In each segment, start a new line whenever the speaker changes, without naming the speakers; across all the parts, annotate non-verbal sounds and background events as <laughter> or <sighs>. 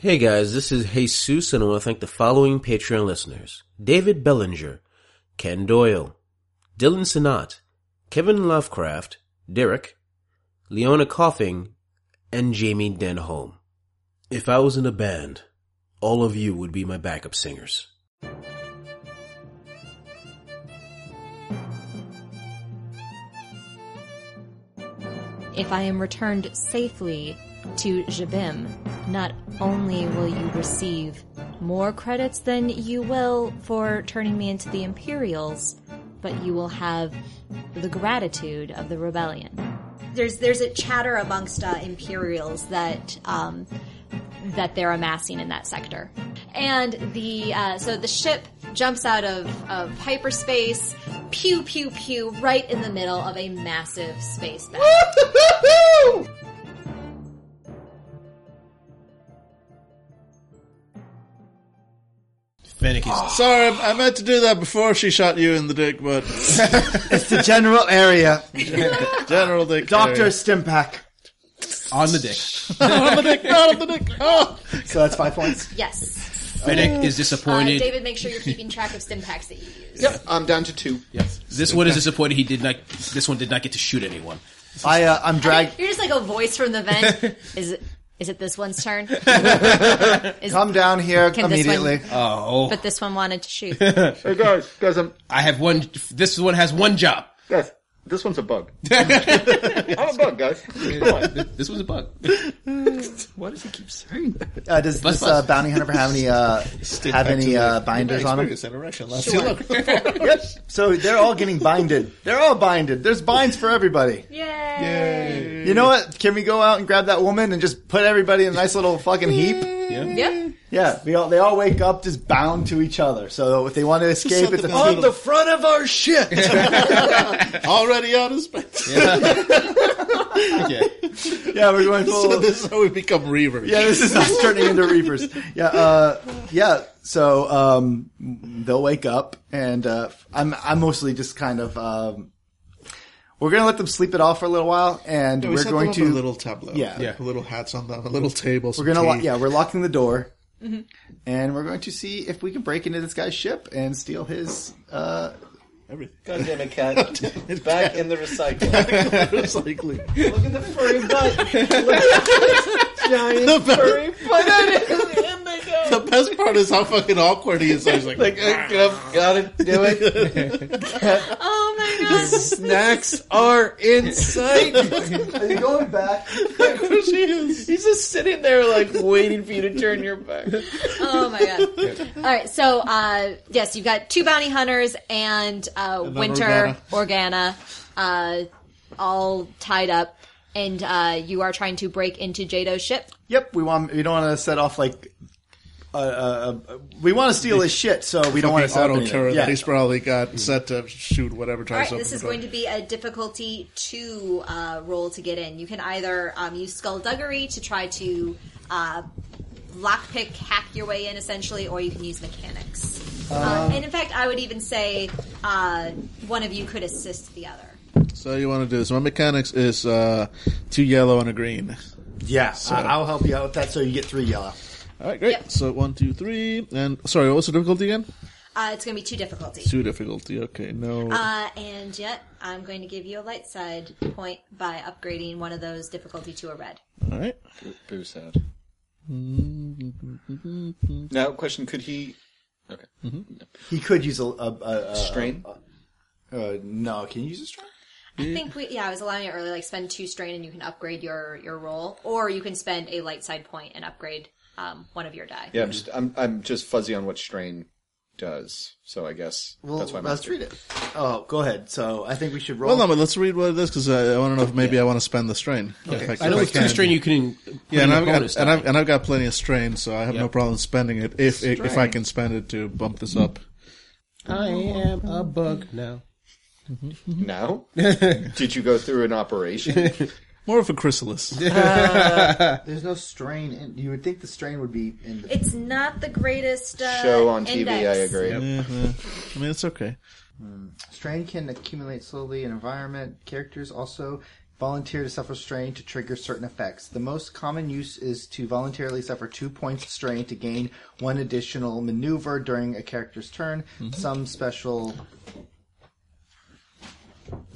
Hey guys, this is Jesus and I want to thank the following Patreon listeners. David Bellinger, Ken Doyle, Dylan Sinat, Kevin Lovecraft, Derek, Leona Coughing, and Jamie Denholm. If I was in a band, all of you would be my backup singers.
If I am returned safely to Jabim, not only will you receive more credits than you will for turning me into the Imperials, but you will have the gratitude of the rebellion. There's there's a chatter amongst uh, Imperials that um, that they're amassing in that sector. And the uh, so the ship jumps out of, of hyperspace, pew pew pew, right in the middle of a massive space battle.
Fennec is
Sorry, I meant to do that before she shot you in the dick, but
It's the general <laughs> area.
General Dick.
Dr. Stimpak.
on the dick.
Not on the dick, not on the dick. Oh.
So that's five points.
Yes.
Fennec is
Uh,
disappointed.
David, make sure you're keeping track of stim packs that you use.
I'm down to two.
This one is disappointed. He did not. This one did not get to shoot anyone.
<laughs> I, uh, I'm dragged.
You're just like a voice from the <laughs> vent. is it? Is it this one's turn? Is,
Come down here
Can this <laughs>
immediately.
one-
Oh,
But this one wanted to <laughs> shoot.
Hey guys, guys, I'm
I have one. This one has one job.
guys. This one's a
<laughs>
bug. I'm a bug, guys.
This was a bug.
Why does he keep saying that?
Uh, does
Bus,
this uh,
bus.
bounty hunter have any uh, have any uh, binders on them?
Experience interaction last
So they're all getting binded. They're all binded. There's binds for everybody.
Yay!
You know what? Can we go out and grab that woman and just put everybody in a nice little fucking heap?
Yep.
Yeah, we all, they all wake up just bound to each other. So if they want to escape, it's a
On
team.
the front of our
<laughs>
ship! Already out of space. <laughs>
Yeah.
yeah, we're going full.
So this is how we become reavers.
yeah, this
<laughs>
is us turning into reapers. Yeah, uh, yeah. So um, they'll wake up, and uh, I'm I'm mostly just kind of. Um, we're gonna let them sleep it off for a little while, and
We
we're
set
going
them up in
to
a little tableau.
Yeah.
Like, little hats on them, a little table.
we're gonna lo-
<laughs>
yeah we're locking the door,
Mm-hmm.
and we're going to see if we can break into this guy's ship and steal his. Uh,
Everything.
God damn it, cat. It's back in
<laughs>
the recycle.
Recycling.
Look at the furry butt. Look at this giant furry butt. In they go.
<laughs> The best part is how fucking awkward he is. I was like,
Like, I
uh,
got- gotta do it.
Oh my god.
Snacks are in sight.
are you going back?
He's just sitting there, like, waiting for you to turn your back.
Oh my god. All right. So uh, yes, you've got two bounty hunters and uh, Winter Organa, uh, all tied up, and uh, you are trying to break into Jado's ship.
Yep, we want we don't want to set off like. Uh, uh, uh, we want to steal his shit, so we don't want to set up
auto
anything.
turret
Yeah. Mm.
that he's probably got set to shoot whatever
All right,
tries to
this
open
is
the
going to
door.
be a difficulty two uh, roll to get in. You can either um, use skullduggery to try to uh, lockpick, hack your way in, essentially, or you can use mechanics. Uh, and in fact, I would even say uh, one of you could assist the other.
So you want to do this. My mechanics is uh, two yellow and a green.
Yeah, I- I'll help you out with that so you get three yellow.
All right, great.
Yep.
So one, two, three, and sorry, what was the difficulty again?
Uh, it's going to be two difficulties.
Two difficulty. Okay, no.
Uh, and yet, I'm going to give you a light side point by upgrading one of those difficulty to a red.
All right.
Boo sad.
Now, question: Could he okay.
He could use a, a, a, a
strain?
uh,
Uh, no, can you use a strain?
Mm.
I think we, yeah, I was allowing it earlier. Like, spend two strain and you can upgrade your your roll, or you can spend a light side point and upgrade um, one of your die.
Yeah, I'm just I'm I'm just fuzzy on what strain does. So I guess
Well,
that's why I'm
let's
asking.
read it. Oh, go ahead. So I think we should roll.
Well, no, but let's read what it is because I, I want to know if maybe I want to spend the strain. If I,
I know
if
it's
can.
two strain. You can. put in
Yeah, and
a
I've,
bonus
got, and,
die.
I've, and I've got plenty of strain, so I have no
Yeah.
problem spending it if if, if I can spend it to bump this up.
I am a bug now.
Now,
Mm-hmm.
<laughs> did you go through an operation?
More of a
<laughs>
chrysalis.
There's no strain. In, you would think the strain would be in the.
It's not <laughs> the greatest uh,
Show on TV.
index.
I agree.
I mean, it's okay.
Strain can accumulate slowly in environment. Characters also Volunteer to suffer strain to trigger certain effects. The most common use is to voluntarily suffer two points of strain to gain one additional maneuver during a character's turn. Some special.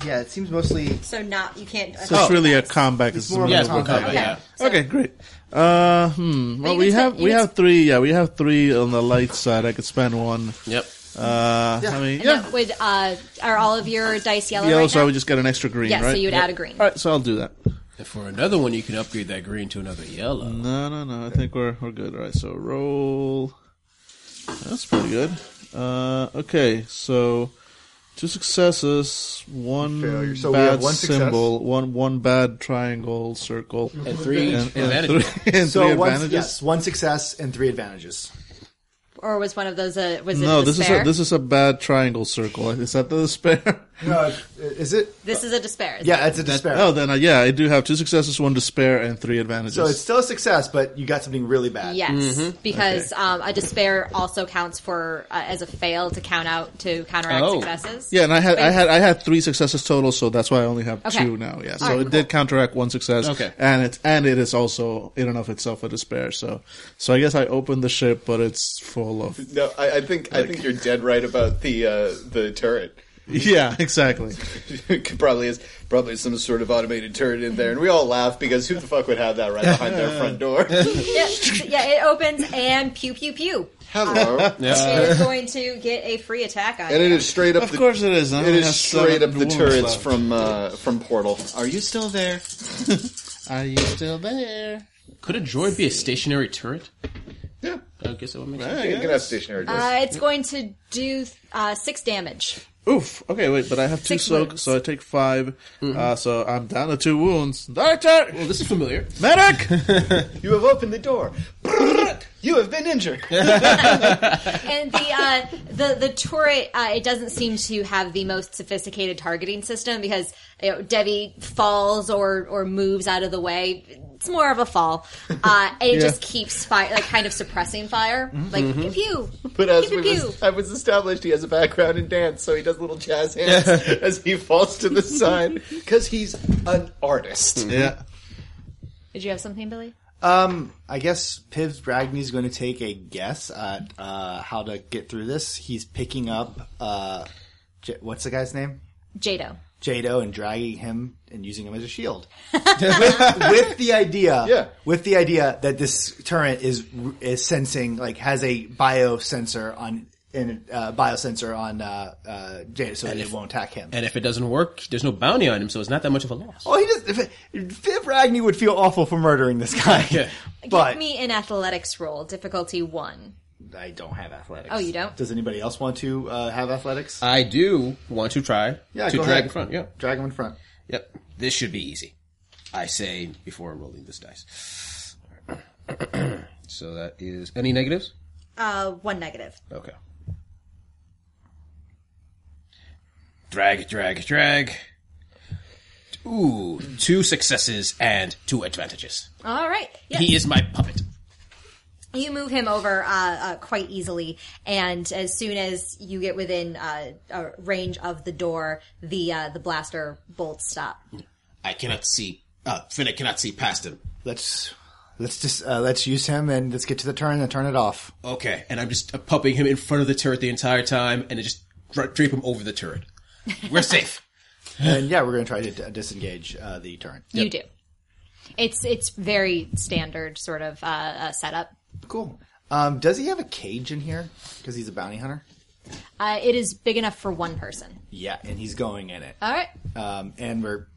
Yeah, it seems mostly.
So not you can't.
uh,
Oh.
So it's really a comeback. It's
more of a
more
Yes, we're
combat.
covered.
Okay.
Yeah.
Okay, great. Uh, hmm. Well,
you
we
can
have
spe- you
we
can
have three. Yeah, we have three on the light side. I could spend one.
Yep.
Uh, I mean,
And
yeah.
that would uh, are all of your dice yellow
Yellow,
right
so I
now?
would just get an extra green,
yeah,
right?
so you would
Yep.
add a green.
All right, so I'll do that.
And for another one, you can upgrade that green to another yellow.
No, no, no. I think we're we're good. All right, so roll. That's pretty good. Uh, okay, so two successes, one
Failure. So we
bad
have one success.
symbol, one one bad triangle, circle,
And three
and, and
advantages.
three, <laughs> and
So
three
one,
advantages.
yes, one success and three advantages.
Or was one of those a was it
No,
a
this
despair?
is a this is a bad triangle circle. Is that the despair?
Uh,
No, is it?
This is a despair. isn't
Yeah, it's a despair.
Oh, then uh, yeah, I do have two successes, one despair, and three advantages.
so it's still a success, but you got something really
it?
bad.
Yes,
Mm-hmm.
because um, a despair also counts for uh, as a fail to count out to counteract
Oh.
successes.
yeah, and I had I had I had three successes total, so that's why I only have
Okay.
two now. Yeah, so
right,
it did counteract one success.
Okay.
and it and it is also in and of itself a despair. So so I guess I opened the ship, but it's full of
No, I, I think I think you're dead right about the uh, the turret. <laughs>
yeah, exactly.
probably is probably some sort of automated turret in there, and we all laugh because who the fuck would have that right behind their
<laughs>
front door?
Yeah, yeah, it opens and pew pew pew.
<laughs> Hello,
it is going to get a free attack on
Uh, and
you.
it is straight up.
Of
the,
course uh, it is. I
It
only
is
have
straight
seven
up the
wounds
turrets
left.
from uh, from Portal. Are you still
<laughs>
there?
Are you still there?
Could a droid be a stationary turret?
Yeah,
I guess that would make sense.
I
you can have stationary. dice.
Uh, it's going to do uh, six damage.
Oof. Okay, wait, but I have two
Six
soak,
wounds.
so I take 5 Uh, so I'm down to two wounds. Doctor,
Well, this is familiar.
<laughs> medic.
you have opened the door. you have been injured.
And the <laughs> uh, the the turret uh, it doesn't seem to have the most sophisticated targeting system because you know, Debbie falls or or moves out of the way. It's more of a fall, uh, and
<laughs>
it just keeps fire like kind of suppressing fire, like pew pew.
Mm-hmm. But as
pew,
we
pew,
was, I was established, he has a background in dance, so he does little
<laughs>
jazz hands as he falls to the side because he's an artist.
yeah.
Did you have something, Billy?
Um, I guess Pivs Bragney is going to take a guess at uh, how to get through this. He's picking up uh, J- what's the guy's name?
Jado.
Jado and dragging him and using him as
<laughs>
a shield with, with the idea,
Yeah.
with the idea that this turret is is sensing like has a biosensor on in uh, biosensor on uh, uh, Jado, so it won't attack him.
And if it doesn't work, there's no bounty on him, so it's not that much of a loss.
Oh, he just if, Viv Ragney would feel awful for murdering this guy. <laughs> But
Give me an athletics roll, difficulty one.
I don't have athletics.
Oh, you don't?
Does anybody else want to uh, have athletics?
I do want to try
Yeah,
to
go
drag
ahead.
in front. Yeah.
Drag him in front.
Yep. This should be easy. I say before rolling this dice. <clears throat> so that is any negatives?
Uh, one negative.
Okay. Drag, drag, drag. Ooh, two successes and two advantages.
All right. Yeah.
He is my puppet.
you move him over uh, uh, quite easily, and as soon as you get within uh, uh, range of the door, the uh, the blaster bolts stop.
I cannot see. Uh, Finnick cannot see past him.
Let's let's just uh, let's use him and let's get to the turn and turn it <laughs> off.
Okay, and I'm just uh, pumping him in front of the turret the entire time, and I just dra- drape him over the turret. We're safe.
And yeah, we're gonna try to d- disengage uh, the turn.
You do. It's it's very standard sort of uh, uh, setup.
Cool. Um, does he have a cage in here? Because he's a bounty hunter.
Uh, it is big enough for one person.
Yeah, and he's going in it.
All right.
Um, and we're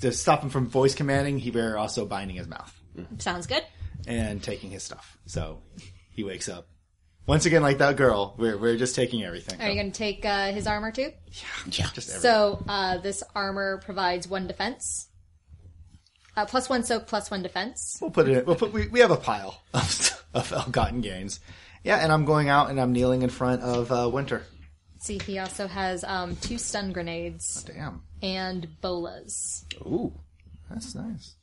to stop him from voice commanding. He we're also binding his mouth
Sounds good.
and taking his stuff. So he wakes up. Once again, like that girl, we're we're just taking everything.
Are you going to take uh, his armor too?
Just everything.
So uh, this armor provides one defense, uh, plus one soak, plus one defense.
We'll put it. We'll put. We, we have a pile of <laughs> of ill-gotten gains. Yeah, and I'm going out and I'm kneeling in front of uh, Winter.
See, he also has um, two stun grenades
Damn,
and bolas.
Ooh.
that's nice.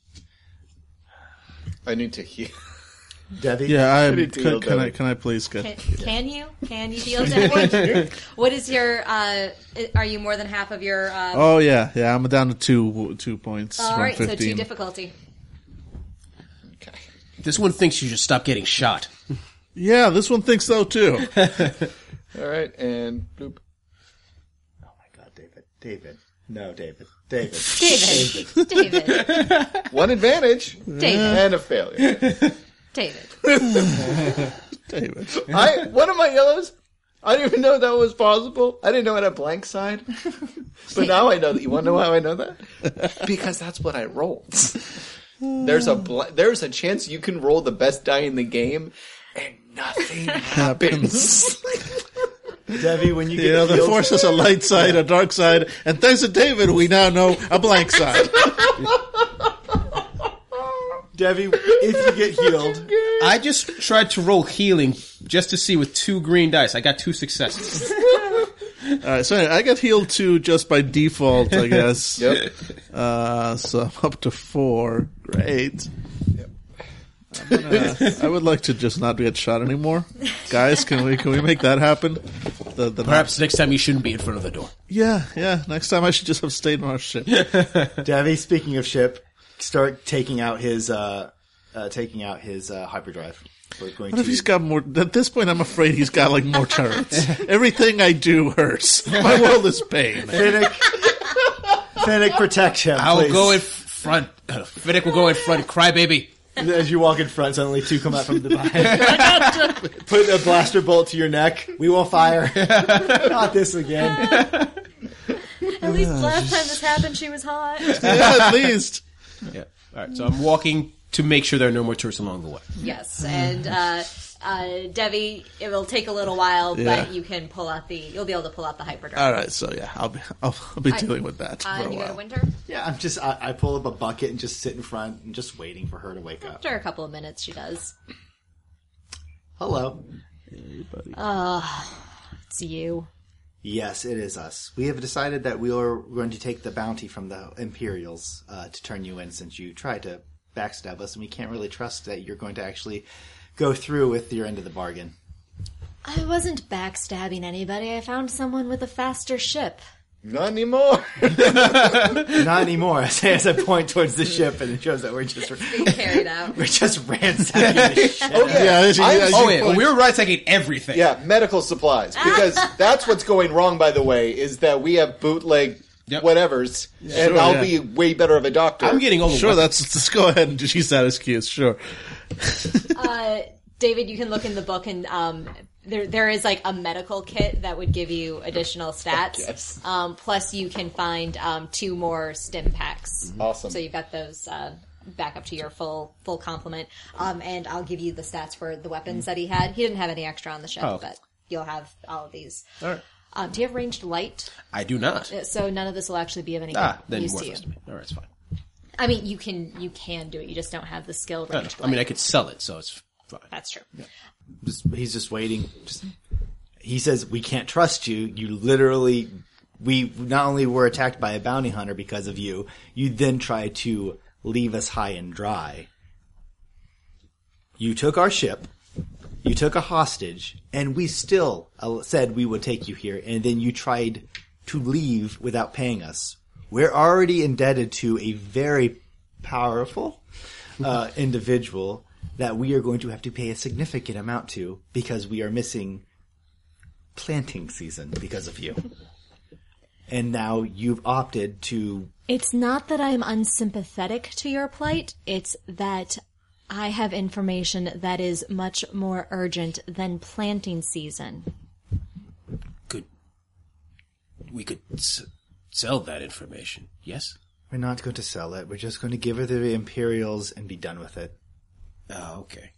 I need to heal.
Debbie.
Yeah, I
Pretty deal,
can, can I
though.
can I please get?
Can, can you? Can you deal <laughs> damage? what is your? Uh, are you more than half of your? Uh,
Oh yeah, yeah. I'm down to two two points.
all
from
right, so two
15.
difficulty.
This one thinks you should stop getting shot.
Yeah, this one thinks so too.
All right, and bloop.
Oh my God, David. David. No, David. David.
David, David,
One advantage
David,
and a failure.
David.
<laughs> David.
I one of my yellows. I didn't even know that was possible. I didn't know it had blank side, but now I know that. You want to know how I know that? <laughs> Because that's what I rolled. There's a bl- there's a chance you can roll the best die in the game, and nothing happens.
Debbie, when you get
You know, the force has a light side, a dark side, and thanks to David, we now know a blank side.
Debbie, if you get healed,
I just tried to roll healing just to see with two green dice. I got two successes.
<laughs> All right, so anyway, I got healed two just by default, <laughs> I guess.
<laughs> yep.
Uh, so I'm up to four. Great. I'm gonna- I would like to just not get shot anymore, guys. Can we can we make that happen? The, the
Perhaps next time you shouldn't be in front of the door.
yeah yeah. Next time I should just have stayed on our ship.
Debbie. Speaking of ship, start taking out his uh, uh taking out his uh, hyperdrive. We're going
What if
to-
he's got more? At this point, I'm afraid he's got like more turrets. Everything I do hurts. My world is pain.
Finnick, Finnick, protect him.
I'll
please.
go in front. <laughs> Uh, Finnick will go in front. Crybaby.
As you walk in front, suddenly two come out from the behind. Put a blaster bolt to your neck. We will
<laughs>
fire. Not this again.
At least last time this happened, she was hot.
Yeah, at least.
Yeah. All right. So I'm walking to make sure there are no more tourists along the way.
Yes, and uh, uh, Debbie, it will take a little while,
Yeah. Uh,
but you can pull out the. You'll be able to pull out the hyperdrive.
All right, so yeah, I'll be I'll, I'll be dealing with that
Uh,
for a
you go to
while.
Winter.
Yeah, I'm just. I, I pull up a bucket and just sit in front and just waiting for her to wake up.
After a couple of minutes, she does.
Hello.
It's you.
Yes, it is us. We have decided that we are going to take the bounty from the Imperials uh, to turn you in since you tried to backstab us, and we can't really trust that you're going to actually go through with your end of the bargain.
I wasn't backstabbing anybody. I found someone with a faster <laughs> ship.
Not anymore.
Not anymore. <laughs> I say as I point towards the ship, and it shows that we're just
Carried out.
we're just ransacking the ship.
Yeah, as you-
I'm-
as you
Oh, wait.
point-
we were right taking everything.
<laughs> Yeah, medical supplies. Because that's what's going wrong, by the way, is that we have bootleg
Yep.
whatever's, and
Sure,
I'll
yeah.
be way better of a doctor.
I'm getting all the
sure.
weapons.
That's let's go ahead and use that excuse. Sure.
Uh, David, you can look in the book and um, there there is like a medical kit that would give you
Oh,
additional stats.
yes.
Um, plus, you can find um, two more stim packs.
Mm-hmm.
Awesome.
So you've got those uh, back up to your full full complement. Um, and I'll give you the stats for the
Mm-hmm.
weapons that he had. He didn't have any extra on the ship,
Oh.
but you'll have all of these. All right. Um, do you have ranged light? Uh,
I do not.
So none of this will actually be of any
Ah, then
use to you.
worthless to me. All right, it's fine.
I mean, you can you can do it. You just don't have the skill
I, don't
ranged
know. I mean,
light.
I could sell it, so it's fine.
That's true.
Just- he's just waiting. Just, he says, "We can't trust you. You literally, we not only were attacked by a bounty hunter because of you. You then tried to leave us high and dry. You took our ship. You took a hostage, and we still uh, said we would take you here. And then you tried to leave without paying us. We're already indebted to a very powerful." uh, individual that we are going to have to pay a significant amount to because we are missing planting season because of you. And now you've opted to.
It's not that I'm unsympathetic to your plight, it's that I have information that is much more urgent than planting season.
Could we could s- sell that information? Yes.
We're not going to sell it. We're just going to give her the Imperials and be done with it.
Oh, okay.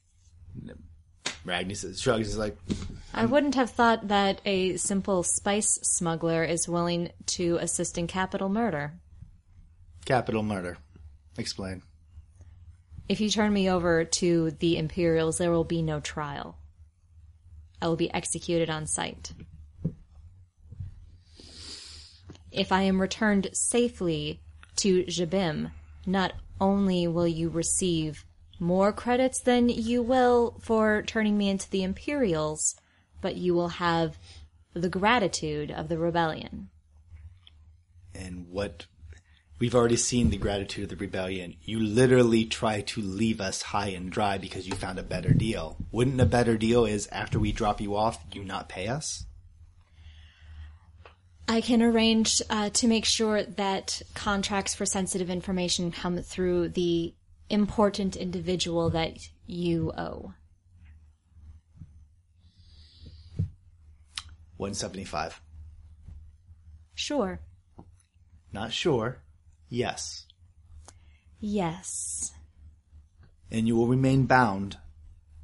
Ragnus shrugs. Is like,
I wouldn't have thought that a simple spice smuggler is willing to assist in capital murder.
capital murder. Explain.
If you turn me over to the Imperials, there will be no trial. I will be executed on sight. If I am returned safely to Jabim, not only will you receive
more credits than you will for turning me into the Imperials, but you will have the gratitude of the rebellion.
and what we've already seen the gratitude of the rebellion. You literally try to leave us high and dry because you found a better deal. Wouldn't a better deal is after we drop you off, you not pay us?
I can arrange uh, to make sure that contracts for sensitive information come through the important individual that you owe.
175.
Sure.
Not sure. Yes.
Yes.
And you will remain bound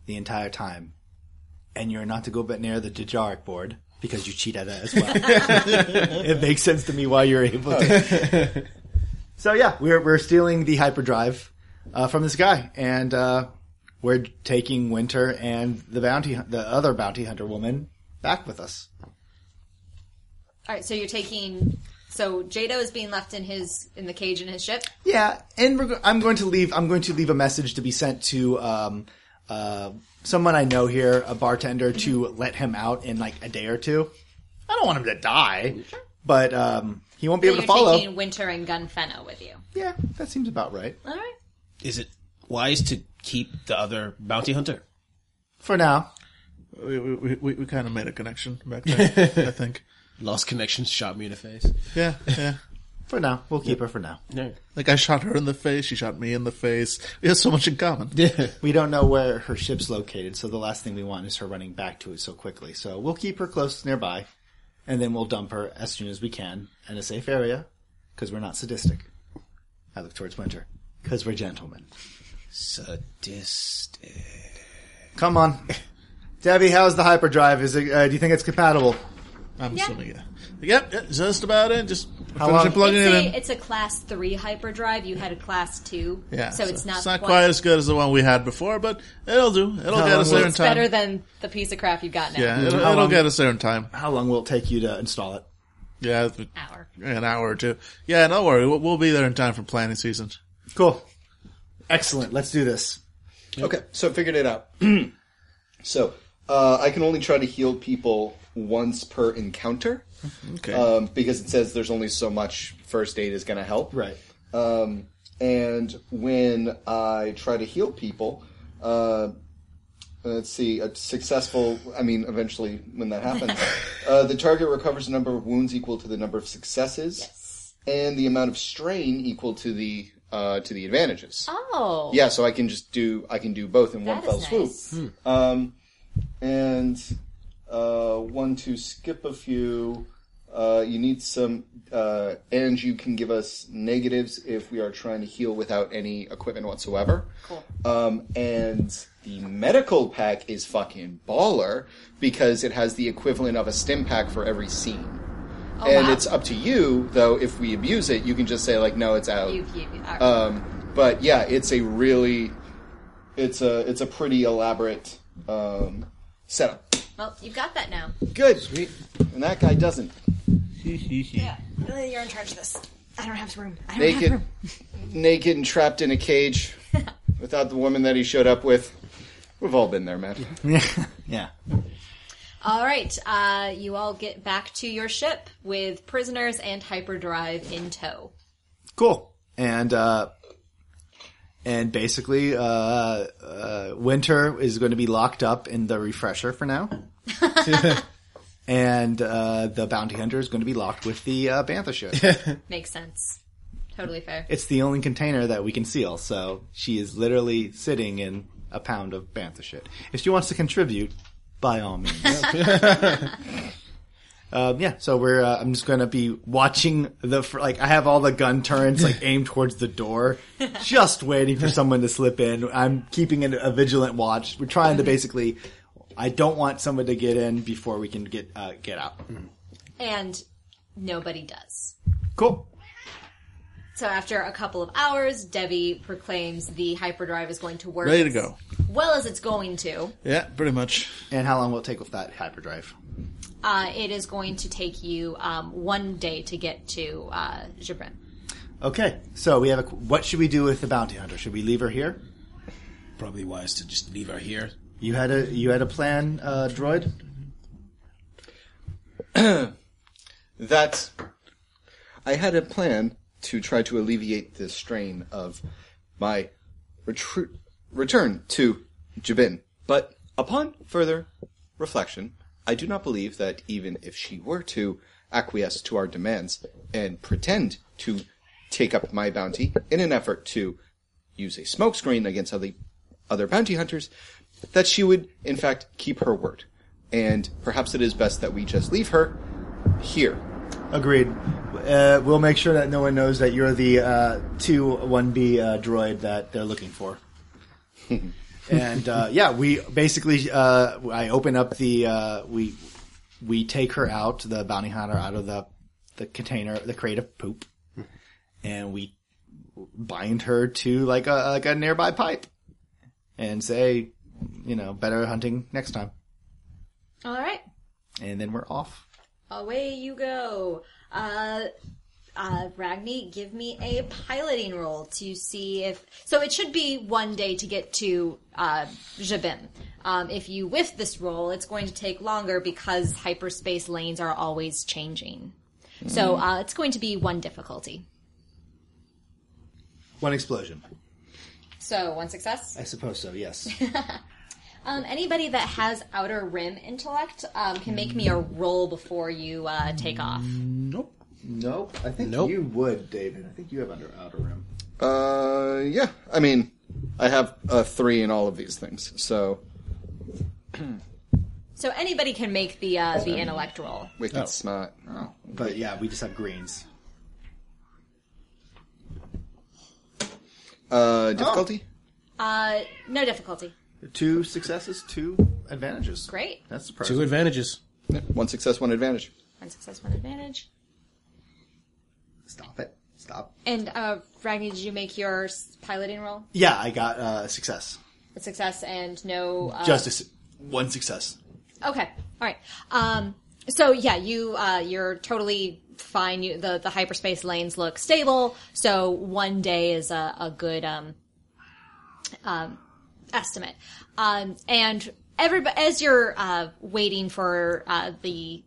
the entire time. And you're not to go but near the Dajaric board because you cheat at it as well. it makes sense to me why you're able to.
So yeah, we're we're stealing the hyperdrive uh, from this guy, and uh,
We're taking Winter and the bounty, the other bounty hunter woman back with us.
All right, so you're taking. So Jado is being left in his in the cage in his ship.
yeah, and we're, go- I'm going to leave. I'm going to leave a message to be sent to um, uh, someone I know here, a bartender, to
Mm-hmm.
let him out in like a day or two. I don't want him to die, but um, he won't be able
You're
to follow.
taking Winter and Gunfenna with you.
Yeah, that seems about right
All right.
Is it wise to keep the other bounty hunter?
for now.
We, we, we, we- we kind of made a connection
<laughs>
back then, I think.
Lost connections shot me in the face.
Yeah, yeah.
For now, we'll keep her for now.
No.
Like I shot her in the face, she shot me in the face. We have so much in common. Yeah.
We don't know where her ship's located, so the last thing we want is her running back to it so quickly. So we'll keep her close nearby, and then we'll dump her as soon as we can in a safe area, because we're not sadistic. I look towards Winter, because we're gentlemen.
Sadistic.
<laughs>
Come on, Debbie. How's the hyperdrive? Is it? Uh, do you think it's compatible?
I'm assuming, yeah. Yep, yeah, just about it. Just
long-
finishing plugging
It's
it
a,
in.
it's a class three hyperdrive. You had a class two,
Yeah,
so, it's not,
quite, as good as the one we had before, but it'll do. It'll
How
get
long
us
will
there
it-
in
It's better
time.
than the piece of crap you've got now.
Yeah, it'll,
How
it'll
long-
get us there in time.
How long will it take you to install it?
Yeah,
Hour.
an hour or two. Yeah, don't worry. We'll, we'll be there in time for planning season.
Cool. Excellent. Let's do this.
Okay, so I figured it out. <clears throat> so uh, I can only try to heal people once per encounter
Okay.
um, because it says there's only so much first aid is going to help.
Right.
Um, and when I try to heal people, uh, let's see, a successful, I mean, eventually when that happens, uh, the target recovers a number of wounds equal to the number of successes and the amount of strain equal to the uh, to the advantages.
Oh,
Yeah, so I can just do I can do both in one
That
fell
is
swoop.
nice.
Um, and uh, one to skip a few. Uh, you need some, uh, and you can give us negatives if we are trying to heal without any equipment whatsoever. Cool. Um, and the medical pack is fucking baller because it has the equivalent of a stim pack for every scene. and
Oh, wow.
it's up to you, though, if we abuse it, you can just say, like, no, it's out.
You, you, all right.
Uh,
Um, but yeah, it's a really, it's a it's a pretty elaborate um, setup.
well, you've got that now.
Good, And that guy doesn't.
You're in charge of this. I don't have room. I don't have <laughs>
Naked,
room.
naked and trapped in a cage, without the woman that he showed up with. We've all been there, man.
Yeah.
All right, uh, you all get back to your ship with prisoners and hyperdrive in tow.
Cool. And uh, and basically, uh, uh, Winter is going to be locked up in the refresher for now. <laughs> and uh, the bounty hunter is going to be locked with the uh, bantha ship.
Makes sense. Totally fair.
it's the only container that we can seal, so she is literally sitting in a pound of bantha shit. If she wants to contribute, by all means. <laughs> Um, yeah, so we're. Uh, I'm just gonna be watching the fr- like. I have all the gun turrets like aimed towards the door, just waiting for someone to slip in. I'm keeping an, a vigilant watch. We're trying to basically. I don't want someone to get in before we can get uh, get out.
And nobody does.
Cool.
So after a couple of hours, Debbie proclaims the hyperdrive is going to work
Ready to go.
as well as it's going to.
Yeah, pretty much.
And how long will it take with that hyperdrive?
Uh, it is going to take you um, one day to get to uh, Jabrin.
Okay, so we have a. What should we do with the bounty hunter? Should we leave her here?
probably wise to just leave her here.
You had a you had a plan, uh, droid.
that I had a plan to try to alleviate the strain of my retru- return to Jabin. But upon further reflection, I do not believe that even if she were to acquiesce to our demands and pretend to take up my bounty in an effort to use a smokescreen against other, other bounty hunters, that she would, in fact, keep her word. And perhaps it is best that we just leave her here.
Agreed. Uh, we'll make sure that no one knows that you're the uh, two one B uh, droid that they're looking <laughs> for.
and uh, yeah, we basically uh, I open up the uh, we
we take her out, the bounty hunter, out of the the container, the crate of poop,
and we bind her to like a like a nearby pipe and say, you know, better hunting next time.
All right.
And then we're off.
Away you go. Uh, uh, Ragni, give me a piloting roll to see if. So it should be one day to get to uh, Jabim. Um, if you whiff this roll, it's going to take longer because hyperspace lanes are always changing. So uh, it's going to be one difficulty.
One explosion.
So one success.
I suppose so. Yes.
Um, anybody that has outer rim intellect um, can make me a roll before you uh, take off.
Nope. Nope. I think you would, David. I think you have under outer rim.
Uh, yeah. I mean, I have a three in all of these things, so
So anybody can make the uh, the intellect roll.
wicked smart. Oh.
But yeah, we just have greens.
Uh, difficulty?
Uh, no difficulty.
Two successes, two advantages.
Great.
That's the
Two advantages.
One success, one advantage.
One success, one advantage.
Stop it. Stop.
And uh, Ragni, did you make your s- piloting roll?
Yeah, I got uh, success.
A success and no uh,
Just a s one success.
Okay. All right. Um, so yeah, you uh, you're totally fine. You, the the hyperspace lanes look stable. So one day is a, a good um, um, estimate. Um, and everybody, as you're uh, waiting for uh, the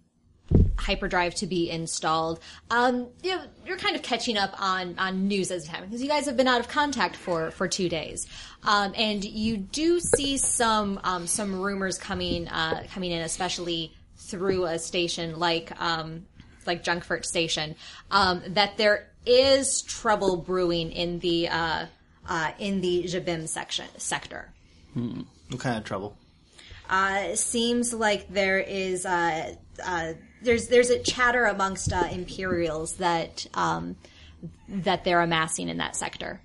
hyperdrive to be installed, um, you know, you're kind of catching up on, on news as it's happening because you guys have been out of contact for, for two days. Um, and you do see some, um, some rumors coming, uh, coming in, especially through a station like, um, like Junkfurt Station, um, that there is trouble brewing in the, uh, uh, in the Jabim section, sector.
What kind of trouble?
Uh, it seems like there is uh, uh, there's there's a chatter amongst uh, Imperials that um, that they're amassing in that sector.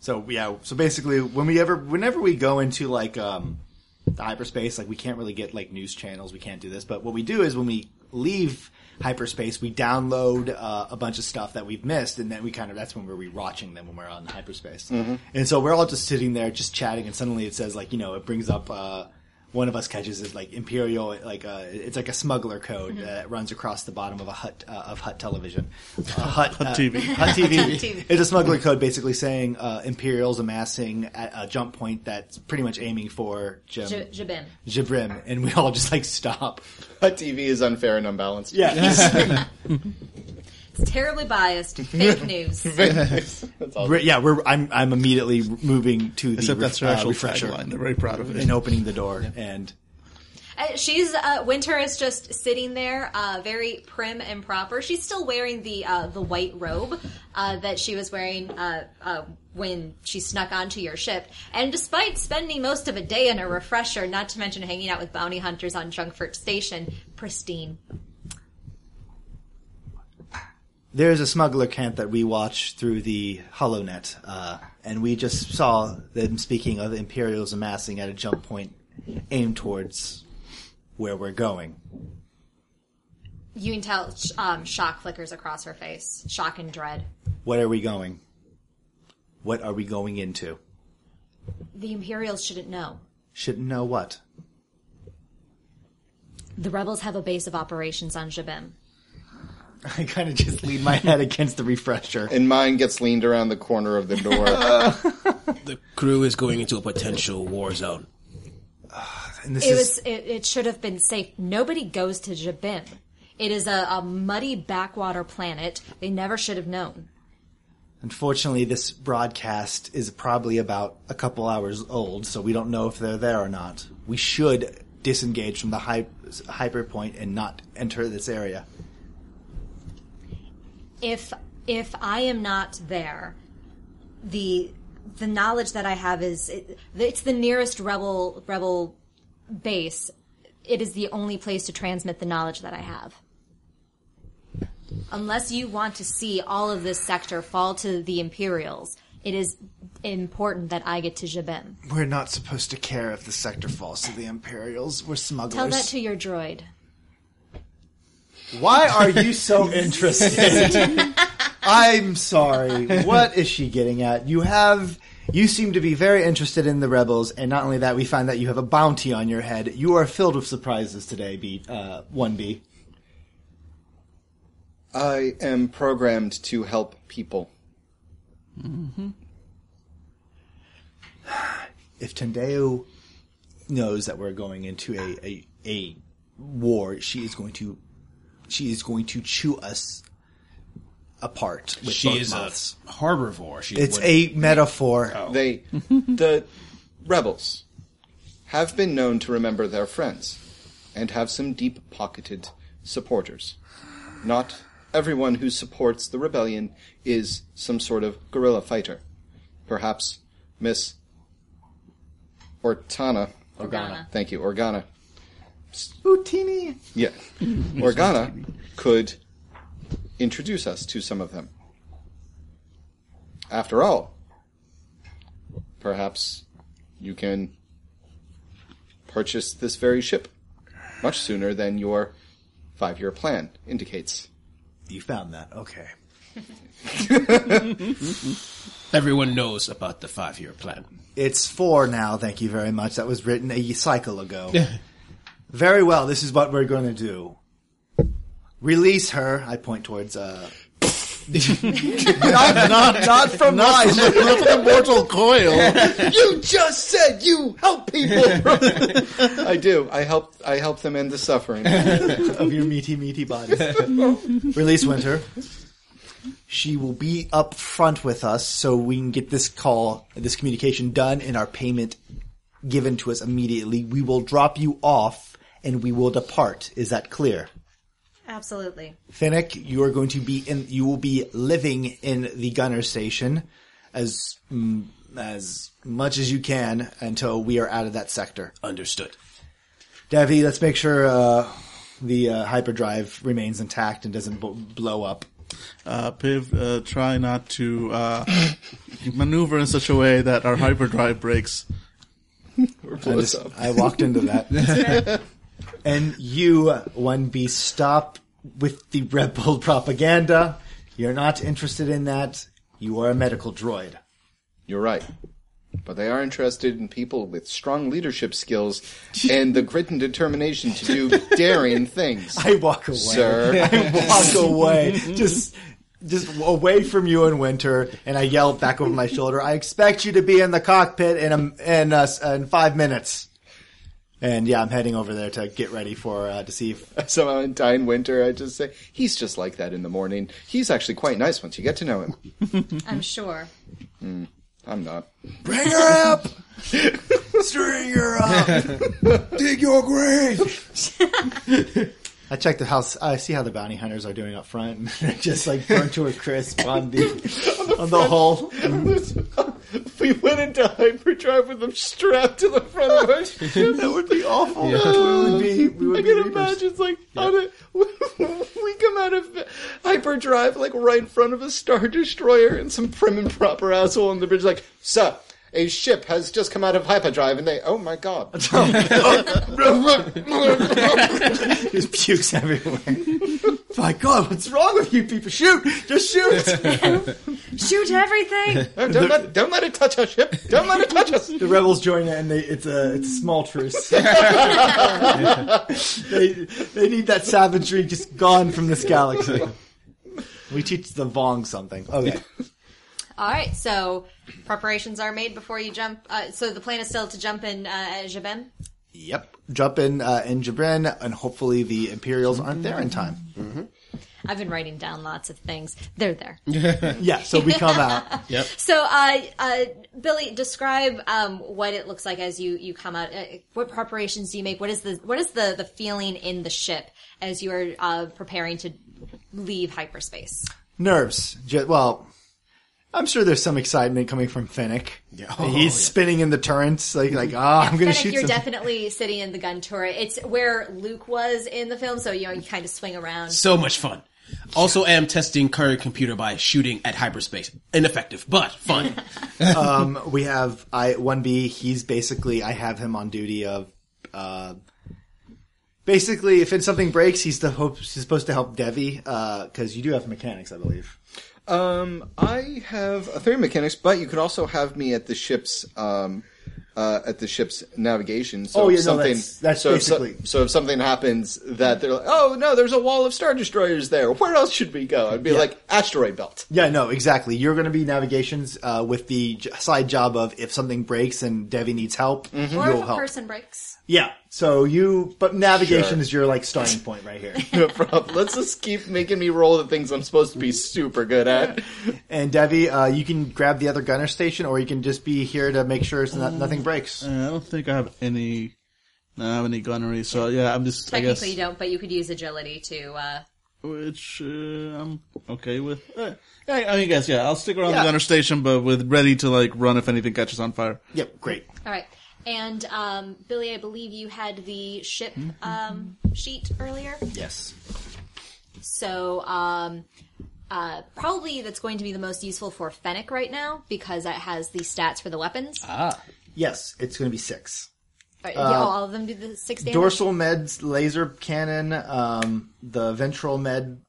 So yeah, so basically, when we ever, whenever we go into like um, the hyperspace, like we can't really get like news channels, we can't do this. But what we do is when we leave hyperspace, we download uh, a bunch of stuff that we've missed, and then we kind of that's when we're rewatching them when we're on hyperspace.
Mhm.
And so we're all just sitting there, just chatting, and suddenly it says like you know it brings up. Uh, one of us catches is like imperial, like uh, it's like a smuggler code
Mhm.
that runs across the bottom of a hut uh, of hut television, uh, hut,
Hut
uh,
TV.
hut
Hut
TV.
TV.
It's a smuggler code basically saying uh, Imperials amassing at a jump point that's pretty much aiming for Jim,
J- Jabim.
Jabrim, and we all just like stop.
But TV is unfair and unbalanced.
<laughs>
Yeah.
It's terribly biased. Fake news.
We're- yeah, we're. I'm. I'm immediately moving to the
Except that's her
uh,
actual
refresher.
tagline. They're very proud of it.
And opening the door, and
Uh, she's uh, Winter is just sitting there, uh, very prim and proper. She's still wearing the uh, the white robe uh, that she was wearing uh, uh, when she snuck onto your ship. And despite spending most of a day in a refresher, not to mention hanging out with bounty hunters on Junkfort Station, pristine.
There's a smuggler camp that we watch through the HoloNet, uh, and we just saw them speaking of Imperials amassing at a jump point aimed towards where we're going.
You can tell sh- um, shock flickers across her face, shock and dread.
What are we going? What are we going into?
The Imperials shouldn't know.
Shouldn't know what.
The rebels have a base of operations on Jabim.
<laughs> I kind of just lean my head against the refresher.
And mine gets leaned around the corner of the door.
the crew is going into a potential war zone.
And
it was. It, it should have been safe. Nobody goes to Jabim. It is a, a muddy backwater planet. They never should have known.
Unfortunately, this broadcast is probably about a couple hours old, so we don't know if they're there or not. We should disengage from the hy- hyper point and not enter this area.
If if I am not there, the the knowledge that I have is it, it's the nearest rebel rebel base. It is the only place to transmit the knowledge that I have. Unless you want to see all of this sector fall to the Imperials, it is important that I get to Jabim.
We're not supposed to care if the sector falls to the Imperials. We're smugglers.
Tell that to your droid.
Why are you
<laughs>
so interested?
I'm sorry. What is she getting at? You have. You seem to be very interested in the rebels, and not only that, we find that you have a bounty on your head. You are filled with surprises today, B uh, one B.
I am programmed to help people.
Mm-hmm. If Tendeo knows that we're going into a, a a war, she is going to she is going to chew us apart. With
She
both
is
mouths.
a harbivore. She
it's
would-
a metaphor.
Oh.
They, the rebels, have been known to remember their friends, and have some deep-pocketed supporters. Not everyone who supports the rebellion is some sort of guerrilla fighter. Perhaps Miss Ortana.
Organa.
Thank you, Organa.
Boutini.
Yeah. Organa could introduce us to some of them. After all, perhaps you can purchase this very ship much sooner than your five year plan indicates.
You found that, okay.
Everyone knows about the five-year plan.
It's four now, thank you very much. That was written a cycle ago. very well, this is what we're going to do. Release her. I point towards, <laughs> uh.
Not- not- not from
not
life.
from the- not from the mortal coil.
you just said you help people. <laughs> I do. I help. I help them end the <laughs> suffering.
of your meaty, meaty body. Release Winter. She will be up front with us so we can get this call, this communication done and our payment given to us immediately. We will drop you off and we will depart. Is that clear?
Absolutely.
Finnick, you are going to be in, you will be living in the gunner station as, mm, as much as you can until we are out of that sector.
Understood.
Davy, let's make sure uh, the uh, hyperdrive remains intact and doesn't b- blow up.
Uh, Piv, uh, try not to uh, <laughs> maneuver in such a way that our hyperdrive breaks.
I, just- I walked into that. and you, 1B, stop with the rebel propaganda. You're not interested in that. You are a medical droid.
You're right. But they are interested in people with strong leadership skills and the grit and determination to do <laughs> daring things.
I walk away.
Sir.
I <laughs> walk away. just just away from you in winter and I yell back over my shoulder, I expect you to be in the cockpit in a, in uh, in 5 minutes. And yeah, I'm heading over there to get ready for uh, to see if
Somehow in Dine Winter, I just say, he's just like that in the morning. He's actually quite nice once you get to know him.
I'm sure.
Hmm, I'm not.
Bring her
<laughs>
up! String her up! Dig your grave!
I check the house. I see how the bounty hunters are doing up front. <laughs> just like burnt to a crisp on the on the hull.
<laughs> we went into hyperdrive with them strapped to the front of us. <laughs> that
would be awful.
We
<laughs>
would be.
I can imagine it's like on a, <laughs> we come out of the hyperdrive like right in front of a star destroyer, and some prim and proper asshole on the bridge like, "Sir, a ship has just come out of hyperdrive," and they, "Oh my <laughs> god!"
Just pukes everywhere. <laughs>
My God, what's wrong with you people? Shoot! Just shoot!
Shoot everything!
don't, let, don't let it touch our ship. Don't let it touch us. <laughs> The
rebels join it, and they, it's a it's a small truce. <laughs> they they need that savagery just gone from this galaxy. We teach the Vong something. Okay.
All right, so preparations are made before you jump. Uh, so the plan is still to jump in uh, at Jabem.
<laughs> yep. Jump in uh, in Jabrin, and hopefully the Imperials aren't there in time.
I've been writing down lots of things. They're there.
yeah, so we come out.
Yep.
So, uh, uh, Billy, describe um, what it looks like as you you come out. Uh, what preparations do you make? What is the what is the the feeling in the ship as you are uh, preparing to leave hyperspace?
Nerves. Ju- well, I'm sure there's some excitement coming from Finnick. He's spinning in the turrets, like like ah, I'm going to
Fennec,
shoot
you're
some.
definitely sitting in the gun turret. It's where Luke was in the film, so you know you kind of swing around.
So much fun. Also, I am testing current computer by shooting at hyperspace. Ineffective, but fun.
um, we have I one B. He's basically I have him on duty of. Uh, Basically, if it's something breaks, he's the hope. He's supposed to help Devi because you do have mechanics, I believe.
Um, I have a theory of mechanics, but you could also have me at the ship's um, uh, at the ship's navigation. So
Oh, yeah,
if
no,
something,
that's- that's
so if so-
basically-
so if something happens that they're like, oh no, there's a wall of star destroyers there. Where else should we go? I'd be like asteroid belt. <laughs>
Yeah, no, exactly. You're going to be navigations uh, with the j- side job of if something breaks and Devi needs help,
or if
you'll
a
help.
person breaks.
yeah. So you, but navigation
Sure.
is your like starting point right here. <laughs>
No problem. Let's just keep making me roll the things I'm supposed to be super good at.
and Devi, uh, you can grab the other gunner station, or you can just be here to make sure it's not, nothing breaks.
Uh, I don't think I have any. I don't have any gunnery, so yeah, I'm just. I guess
Technically, you don't, but you could use agility to. Uh,
which uh, I'm okay with. Uh, yeah, I mean, guess yeah, I'll stick around
Yeah.
the gunner station, but with ready to like run if anything catches on fire.
Yep, great.
all right, and um, Billy, I believe you had the ship
Mm-hmm.
um, sheet earlier.
Yes.
So um, uh, probably that's going to be the most useful for Fennec right now because it has the stats for the weapons.
Ah.
Yes, it's going to be six.
All right,
Uh,
yeah, all of them do the six damage.
Dorsal meds, laser cannon, um, the ventral med,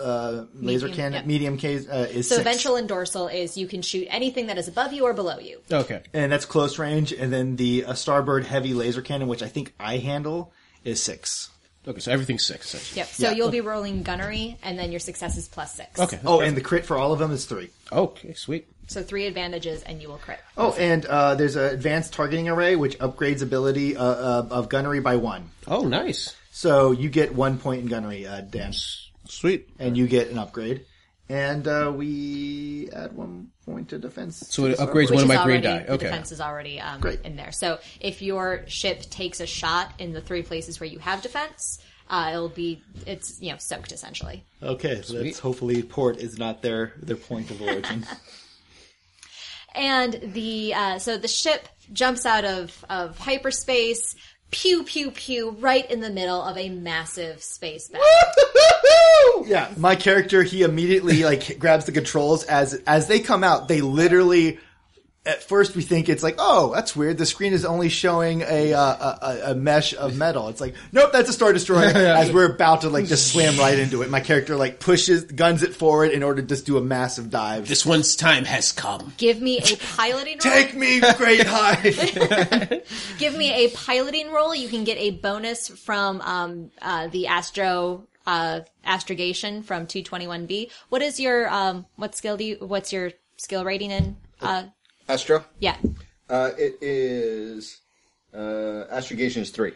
uh, laser
Medium,
cannon,
yep.
medium case uh, is
so
six.
ventral and dorsal is you can shoot anything that is above you or below you.
<laughs> Okay.
and that's close range. And then the uh, starboard heavy laser cannon, which I think I handle, is six.
Okay, so everything's six. essentially.
Yep. So
Yeah.
you'll be rolling gunnery, and then your success is plus six.
Okay.
Oh, and the crit for all of them is three.
Okay, sweet.
So three advantages, and you will crit.
Oh, and uh, there's an advanced targeting array which upgrades ability uh, uh, of gunnery by one.
Oh, nice.
So you get one point in gunnery, uh, Dan,
Sweet.
and you get an upgrade. And uh, we add one point to defense.
So it
to the
upgrades
Which
one of
is
my green
already-
die.
The
Okay.
defense is already um,
Great.
in there. So if your ship takes a shot in the three places where you have defense, uh, it'll be it's you know soaked essentially.
Okay, so that's hopefully port is not their their point of origin.
And the uh, so the ship jumps out of of hyperspace. Pew pew pew! Right in the middle of a massive space battle.
yeah, my character he immediately like grabs the controls as as they come out. They literally. At first, we think it's like, oh, that's weird. The screen is only showing a uh, a, a- a mesh of metal. It's like, nope, that's a star destroyer. As we're about to like just slam right into it, my character like pushes, guns it forward in order to just do a massive dive.
This one's time has <laughs> come.
Give me a piloting roll.
Take me, great high.
Give me a piloting roll. You can get a bonus from um, uh, the astro uh, astrogation from two twenty one B. What is your um, what skill do you? What's your skill rating in? Uh,
Astro.
yeah.
Uh, it is uh, astrogation is three.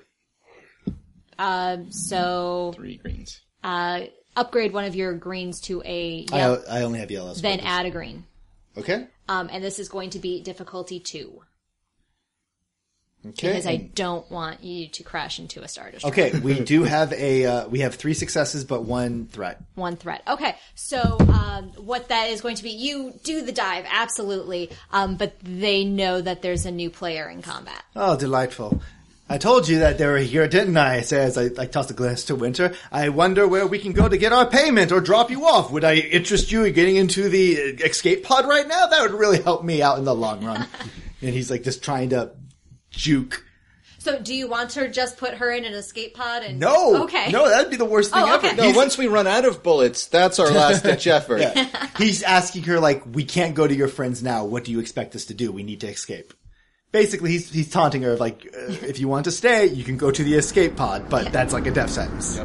Um so
Three greens.
uh, upgrade one of your greens to a
I,
yellow,
I only have yellows.
then add a green.
Okay.
Um, and this is going to be difficulty two
Okay.
because I don't want you to crash into a star destroyer.
Okay, we do have a uh, we have three successes, but one threat.
one threat. Okay, so um, what that is going to be, you do the dive, absolutely, um, but they know that there's a new player in combat.
Oh, delightful. I told you that they were here, didn't I? Says I, I tossed a glance to Winter. I wonder where we can go to get our payment or drop you off. Would I interest you in getting into the uh, escape pod right now? That would really help me out in the long run. and he's like just trying to juke.
So do you want to just put her in an escape pod? And
No,
okay,
no, that'd be the worst thing
Oh,
ever.
okay.
No,
He's-
once we run out of bullets, that's our
<laughs>
last ditch effort.
He's asking her like, "We can't go to your friends now. What do you expect us to do? We need to escape." Basically, he's he's taunting her like,
<laughs>
uh, "If you want to stay, you can go to the escape pod, but that's like a death sentence."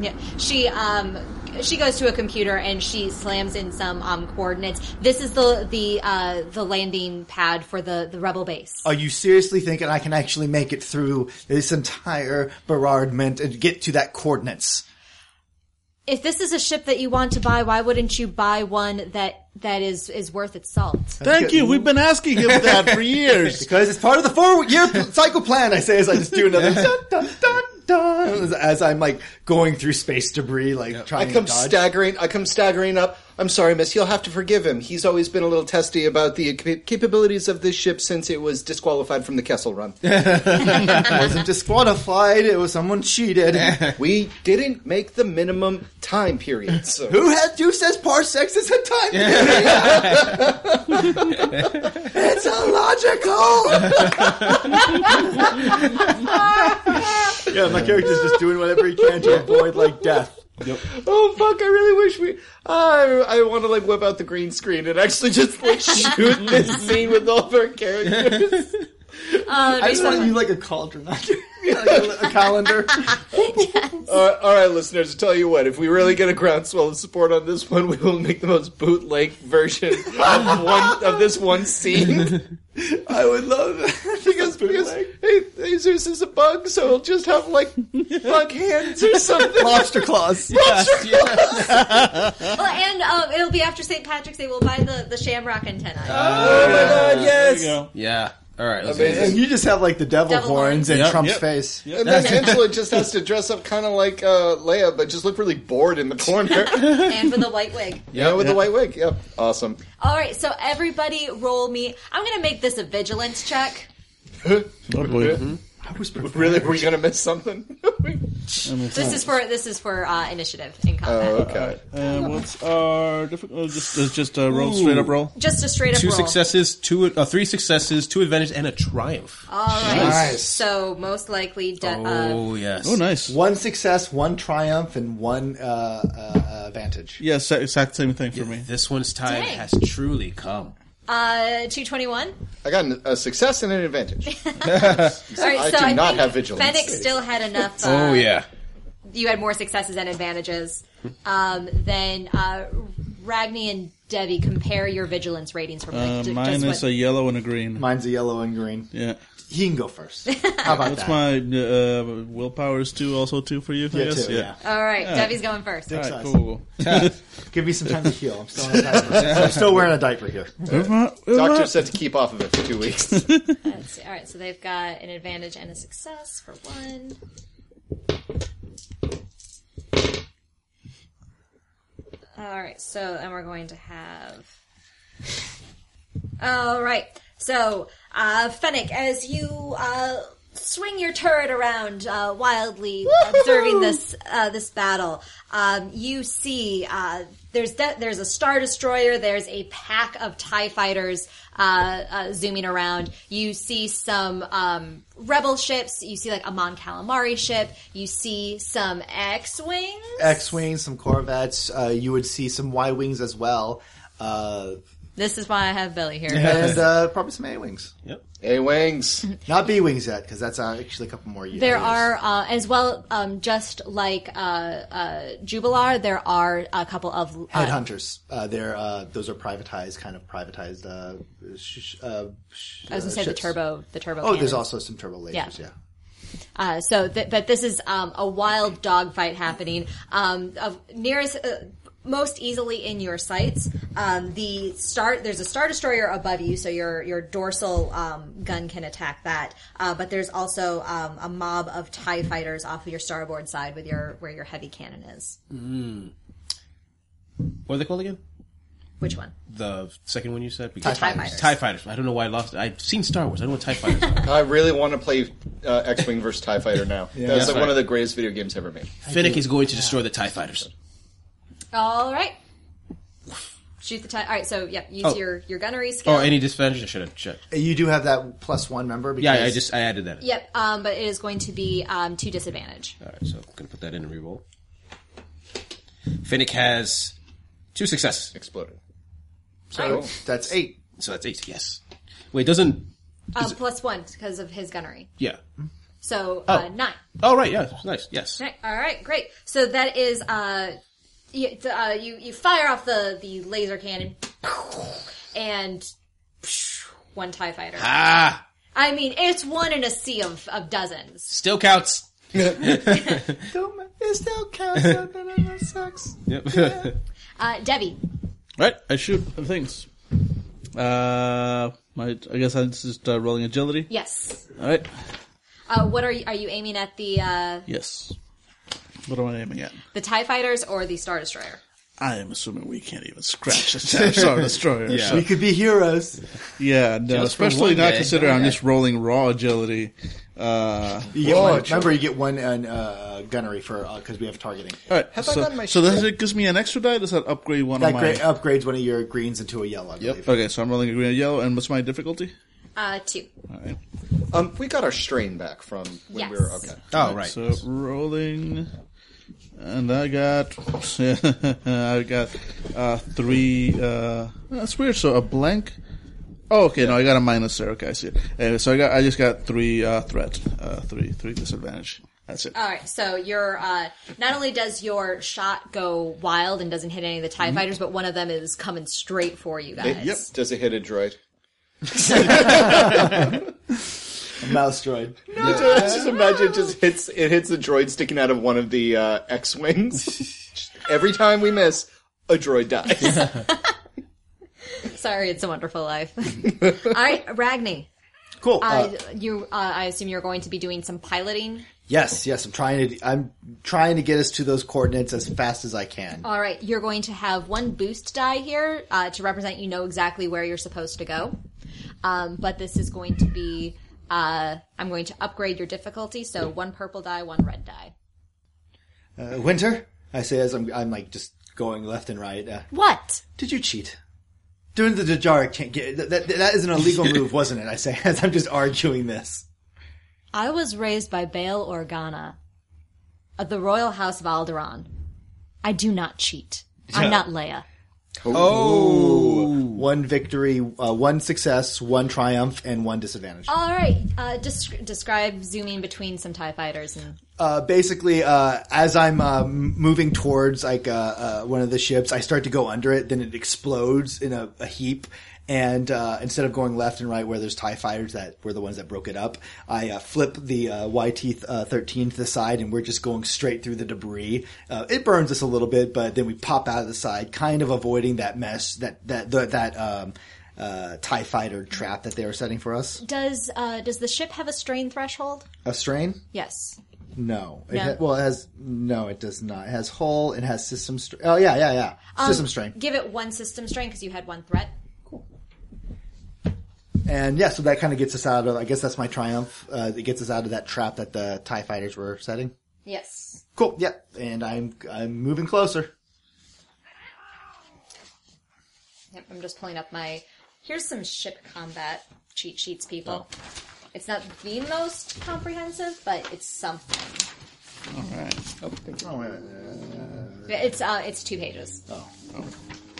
Yeah, she um, she goes to a computer and she slams in some um, coordinates. This is the the uh, the landing pad for the the rebel base.
Are you seriously thinking I can actually make it through this entire bombardment and get to that coordinates?
If this is a ship that you want to buy, why wouldn't you buy one that that is is worth its salt?
Thank you. We've been asking him that
<laughs>
for years
because it's part of the four-year cycle plan. I say as I just do another <laughs> dun dun dun dun as, as I'm like going through space debris, like
I
trying
come
to dodge.
staggering. I come staggering up. I'm sorry, Miss. You'll have to forgive him. He's always been a little testy about the cap- capabilities of this ship since it was disqualified from the Kessel Run.
I wasn't disqualified. It was someone cheated.
we didn't make the minimum time period. So.
Who had two says parsecs is a time? it's illogical. yeah, my character's just doing whatever he can to avoid like death.
Oh fuck! I really wish we. I I want to like whip out the green screen and actually just like <laughs> shoot this scene with all of our characters.
Um,
I just want to use like a cauldron, <laughs> like a, a calendar.
Uh, all right, listeners. I tell you what, if we really get a groundswell of support on this one, we will make the most bootleg version of one of this one <laughs> scene.
I would love that.
because because hey, hey, Zeus is a bug, so we'll just have like bug hands or <laughs> something.
<laughs> Lobster claws.
Lobster claws.
Well, and um, it'll be after St. Patrick's Day. We'll buy the the shamrock
<laughs>
antennae.
Uh.
Oh my god! Yes.
Yeah. All right. Let's do
And
this.
you just have like the devil,
Devil
horns
horns.
and
Yep.
Trump's
Yep.
face.
And then Angela just has to dress up kind of like uh, Leia, but just look really bored in the <laughs> corner.
and with a white wig.
Yeah, with the white wig. Yep. Awesome.
All right, so everybody, roll me. I'm going to make this a vigilance check.
I was prepared.
Really, we're gonna miss something. <laughs>
This is for this is for uh, initiative in combat.
Oh, okay.
Uh, what's our difficult? Just uh, just uh, roll straight up roll.
Just a straight up
Two
roll.
successes, two uh, three successes, two advantage, and a triumph.
All right.
Nice.
So most likely, de- uh,
oh yes.
Oh, nice. Yeah,
One success, one triumph, and one uh, uh, advantage.
Yes, exact same thing for me.
This one's time
Dang.
has truly come.
uh, two twenty one.
I got an- a success and an advantage.
All right.
I
so
do
I
not
think
have vigilance.
Fennec still had enough. Uh,
Oh yeah.
You had more successes and advantages. Um, then uh, Ragni and Devi compare your vigilance ratings from
Uh,
like, ju-
mine
just
is
what,
a yellow and a green.
Mine's a yellow and green.
yeah.
He can go <laughs> first. How about
What's
that?
my uh, willpower is two, also two for you. I
Yeah,
guess?
two, yeah.
All right. Devi's going first.
All right,
Size.
cool, cool.
Give me some time to heal. I'm still, in a diaper. I'm still wearing a diaper here.
Where's my- where's
<laughs>
my-
Doctor said to keep off of it for two weeks.
Let's see. All right, so they've got an advantage and a success for one. All right, so and we're going to have. All right, so uh, Fennec, as you uh, swing your turret around uh, wildly, observing this uh, this battle, um, you see uh, there's de- there's a star destroyer, there's a pack of Tie fighters uh, uh, zooming around. You see some um, rebel ships. You see like a Mon Calamari ship. You see some X-wings.
X-wings, some Corvettes. Uh, you would see some Y-wings as well, uh,
This is why I have Billy here.
and uh, probably some A-wings.
hey, Wings.
Not B-wings yet, because that's uh, actually a couple more years.
There are, uh, as well, um, just like uh, uh, Jubilar, there are a couple of uh,
headhunters. Uh, they're uh, those are privatized, kind of privatized. Uh, sh- uh, sh-
I was
uh,
gonna say the
ships.
turbo, the turbo.
Oh, there's
cannon.
also some turbo lasers. Yeah.
Yeah. Uh, so, th- but this is um, a wild dogfight happening. Um, of nearest, uh, most easily in your sights. Um, the star, there's a star destroyer above you, so your your dorsal um, gun can attack that. Uh, but there's also um, a mob of Tie fighters off of your starboard side with your where your heavy cannon is.
What are they called again?
Which one?
The second one you said.
TIE fighters.
Tie fighters. I don't know why I lost. it. I've seen Star Wars. I don't know what Tie fighters.
<laughs>
are.
I really want to play uh, X-wing versus Tie Fighter now. That's like
Right.
one of the greatest video games ever made.
Finnick is going to destroy the Tie fighters.
All right. Shoot the tie. All right, so yeah, use
Oh.
your your gunnery skill.
Oh, any disadvantage? I should have checked.
You do have that plus one member. Because
Yeah, I- I just I added that. in.
Yep, um, but it is going to be um, to disadvantage.
All right, so I'm gonna put that in and re-roll. Finnick has two successes,
Exploded.
so that's eight.
so that's eight. Yes. Wait, doesn't?
Uh, plus one because of his gunnery.
Yeah.
So uh, nine.
Oh right, yeah, nice. Yes.
All right, all right, great. So that is uh, you, uh, you you fire off the the laser cannon, and one Tie Fighter.
Ah,
I mean, it's one in a sea of of dozens.
still counts.
It still counts. but it sucks.
Yep.
Uh, Debbie,
Right, I shoot at things. Uh, my I guess I'm just uh, rolling agility.
yes.
All right.
Uh, what are you, are you aiming at the uh,
Yes. What am I aiming at?
the Tie Fighters or the Star Destroyer?
I am assuming we can't even scratch the Star Destroyer.
<laughs> Yeah.
so-
We could be heroes.
yeah, no,
Just for
especially
one
not
day.
considering I'm
Okay.
just rolling raw agility. Uh,
You get
Whoa,
one,
true.
remember, you get one on uh, gunnery for because we have targeting.
all right,
Have I
so,
done my
so does
shit?
it gives me an extra die? Does that upgrade one
That uh,
of my?
gra- upgrades one of your greens into a yellow. I believe.
Okay, so I'm rolling a green and yellow, and what's my difficulty?
Uh, two.
All right.
Um, we got our strain back from when we
Yes.
were okay.
Oh right.
So rolling, and I got <laughs> I got uh, three. Uh, that's weird. So a blank. Oh, okay. No, I got a minus there. Okay, I see it. Anyway, so I got I just got three uh, threat, uh, three three disadvantage. That's it.
All right, so your uh, not only does your shot go wild and doesn't hit any of the Tie Fighters, but one of them is coming straight for you guys.
Yep. Does it hit a droid?
Mouse droid.
<laughs> just imagine it just hits it hits the droid sticking out of one of the uh, X wings. <laughs> Every time we miss, a droid <laughs> dies.
Sorry, it's a wonderful life. All right, Ragni.
Cool.
Uh, you, uh, I assume you're going to be doing some piloting.
yes, yes. I'm trying to. I'm trying to get us to those coordinates as fast as I can.
All right, you're going to have one boost die here uh, to represent you know exactly where you're supposed to go. Um, but this is going to be, uh, I'm going to upgrade your difficulty. So one purple die, one red die.
Uh, Winter, I say as I'm. I'm like just going left and right. Uh,
What?
did you cheat? Doing the Dajaric can't get that, that. That is an illegal move, wasn't it? I say as I'm just arguing this.
I was raised by Bail Organa of the royal house of Alderaan. I do not cheat. I'm not Leia.
One victory, uh, one success, one triumph, and one disadvantage.
All right, uh, desc- describe zooming between some TIE fighters and
uh, basically, uh, as I'm uh, m- moving towards like uh, uh, one of the ships, I start to go under it. Then it explodes in a, a heap. And uh, instead of going left and right where there's Tie fighters that were the ones that broke it up, I uh, flip the uh, YT uh, 13 to the side, and we're just going straight through the debris. Uh, it burns us a little bit, but then we pop out of the side, kind of avoiding that mess that that that, that um, uh, Tie fighter trap that they were setting for us.
does uh, does the ship have a strain threshold?
A strain.
Yes.
No. It
No.
ha- well, it has no. It does not. It has hull. It has system. Str- oh yeah, yeah, yeah. system strength.
Give it one system strain because you had one threat.
And yeah, so that kind of gets us out of. I guess that's my triumph. Uh, it gets us out of that trap that the Tie fighters were setting.
Yes.
Cool. Yeah. And I'm I'm moving closer.
Yep, I'm just pulling up my. Here's some ship combat cheat sheets, people. It's not the most comprehensive, but it's something.
All right.
Oh wait, wait, wait, wait.
It's uh, it's two pages.
Oh,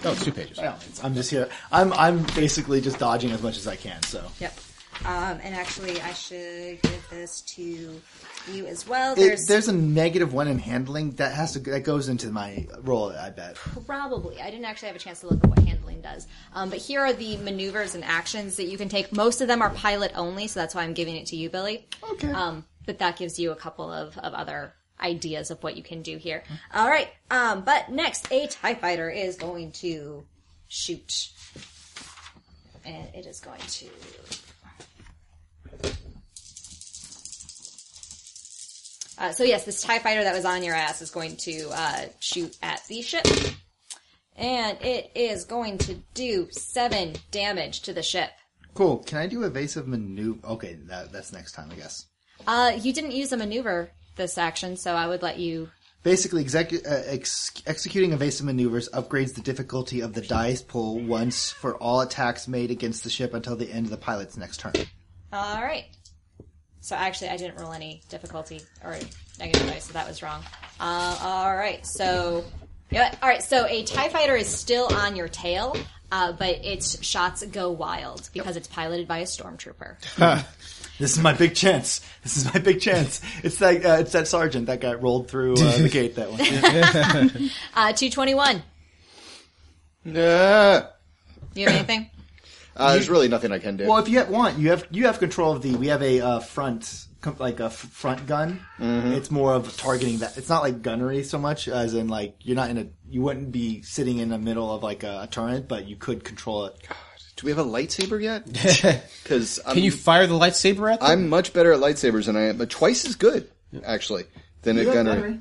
it's two pages.
Yeah, it's- I'm just here. I'm I'm basically just dodging as much as I can. So
Yep. Um, and actually, I should give this to you as well.
It-
There's,
there's, a negative one in handling that has to that goes into my roll. I bet.
probably I didn't actually have a chance to look at what handling does. Um, but here are the maneuvers and actions that you can take. Most of them are pilot only, so that's why I'm giving it to you, Billy.
Okay.
Um, but that gives you a couple of, of other ideas of what you can do here. All right. Um, but next, a TIE fighter is going to shoot. And it is going to. Uh, so, yes, this TIE fighter that was on your ass is going to uh, shoot at the ship. And it is going to do seven damage to the ship.
Cool. Can I do evasive maneuver? Okay, that, that's next time, I guess.
Uh, you didn't use a maneuver this action, so I would let you.
Basically, exec- uh, ex- executing evasive maneuvers upgrades the difficulty of the dice pool once for all attacks made against the ship until the end of the pilot's next turn.
All right. So actually, I didn't roll any difficulty or negative dice, so that was wrong. Uh, all right. So, yeah. All right. So a Tie Fighter is still on your tail, uh, but its shots go wild because it's piloted by a stormtrooper.
This is my big chance. This is my big chance. It's that uh, it's that sergeant that got rolled through uh, the gate that one.
Uh, 221.
Yeah.
You have anything?
Uh, there's really nothing I can
<laughs>
do.
well, if you have, want, you have you have control of the. We have a uh, front com- like a f- front gun.
Mhm.
It's more of targeting that. It's not like gunnery so much as in like you're not in a. You wouldn't be sitting in the middle of like a, a turret, but you could control it.
Do we have a lightsaber <laughs> yet? Because
Can you
fire the lightsaber at
them?
I'm much better at lightsabers than I am, but twice as good actually than
You
at
have
gunnery.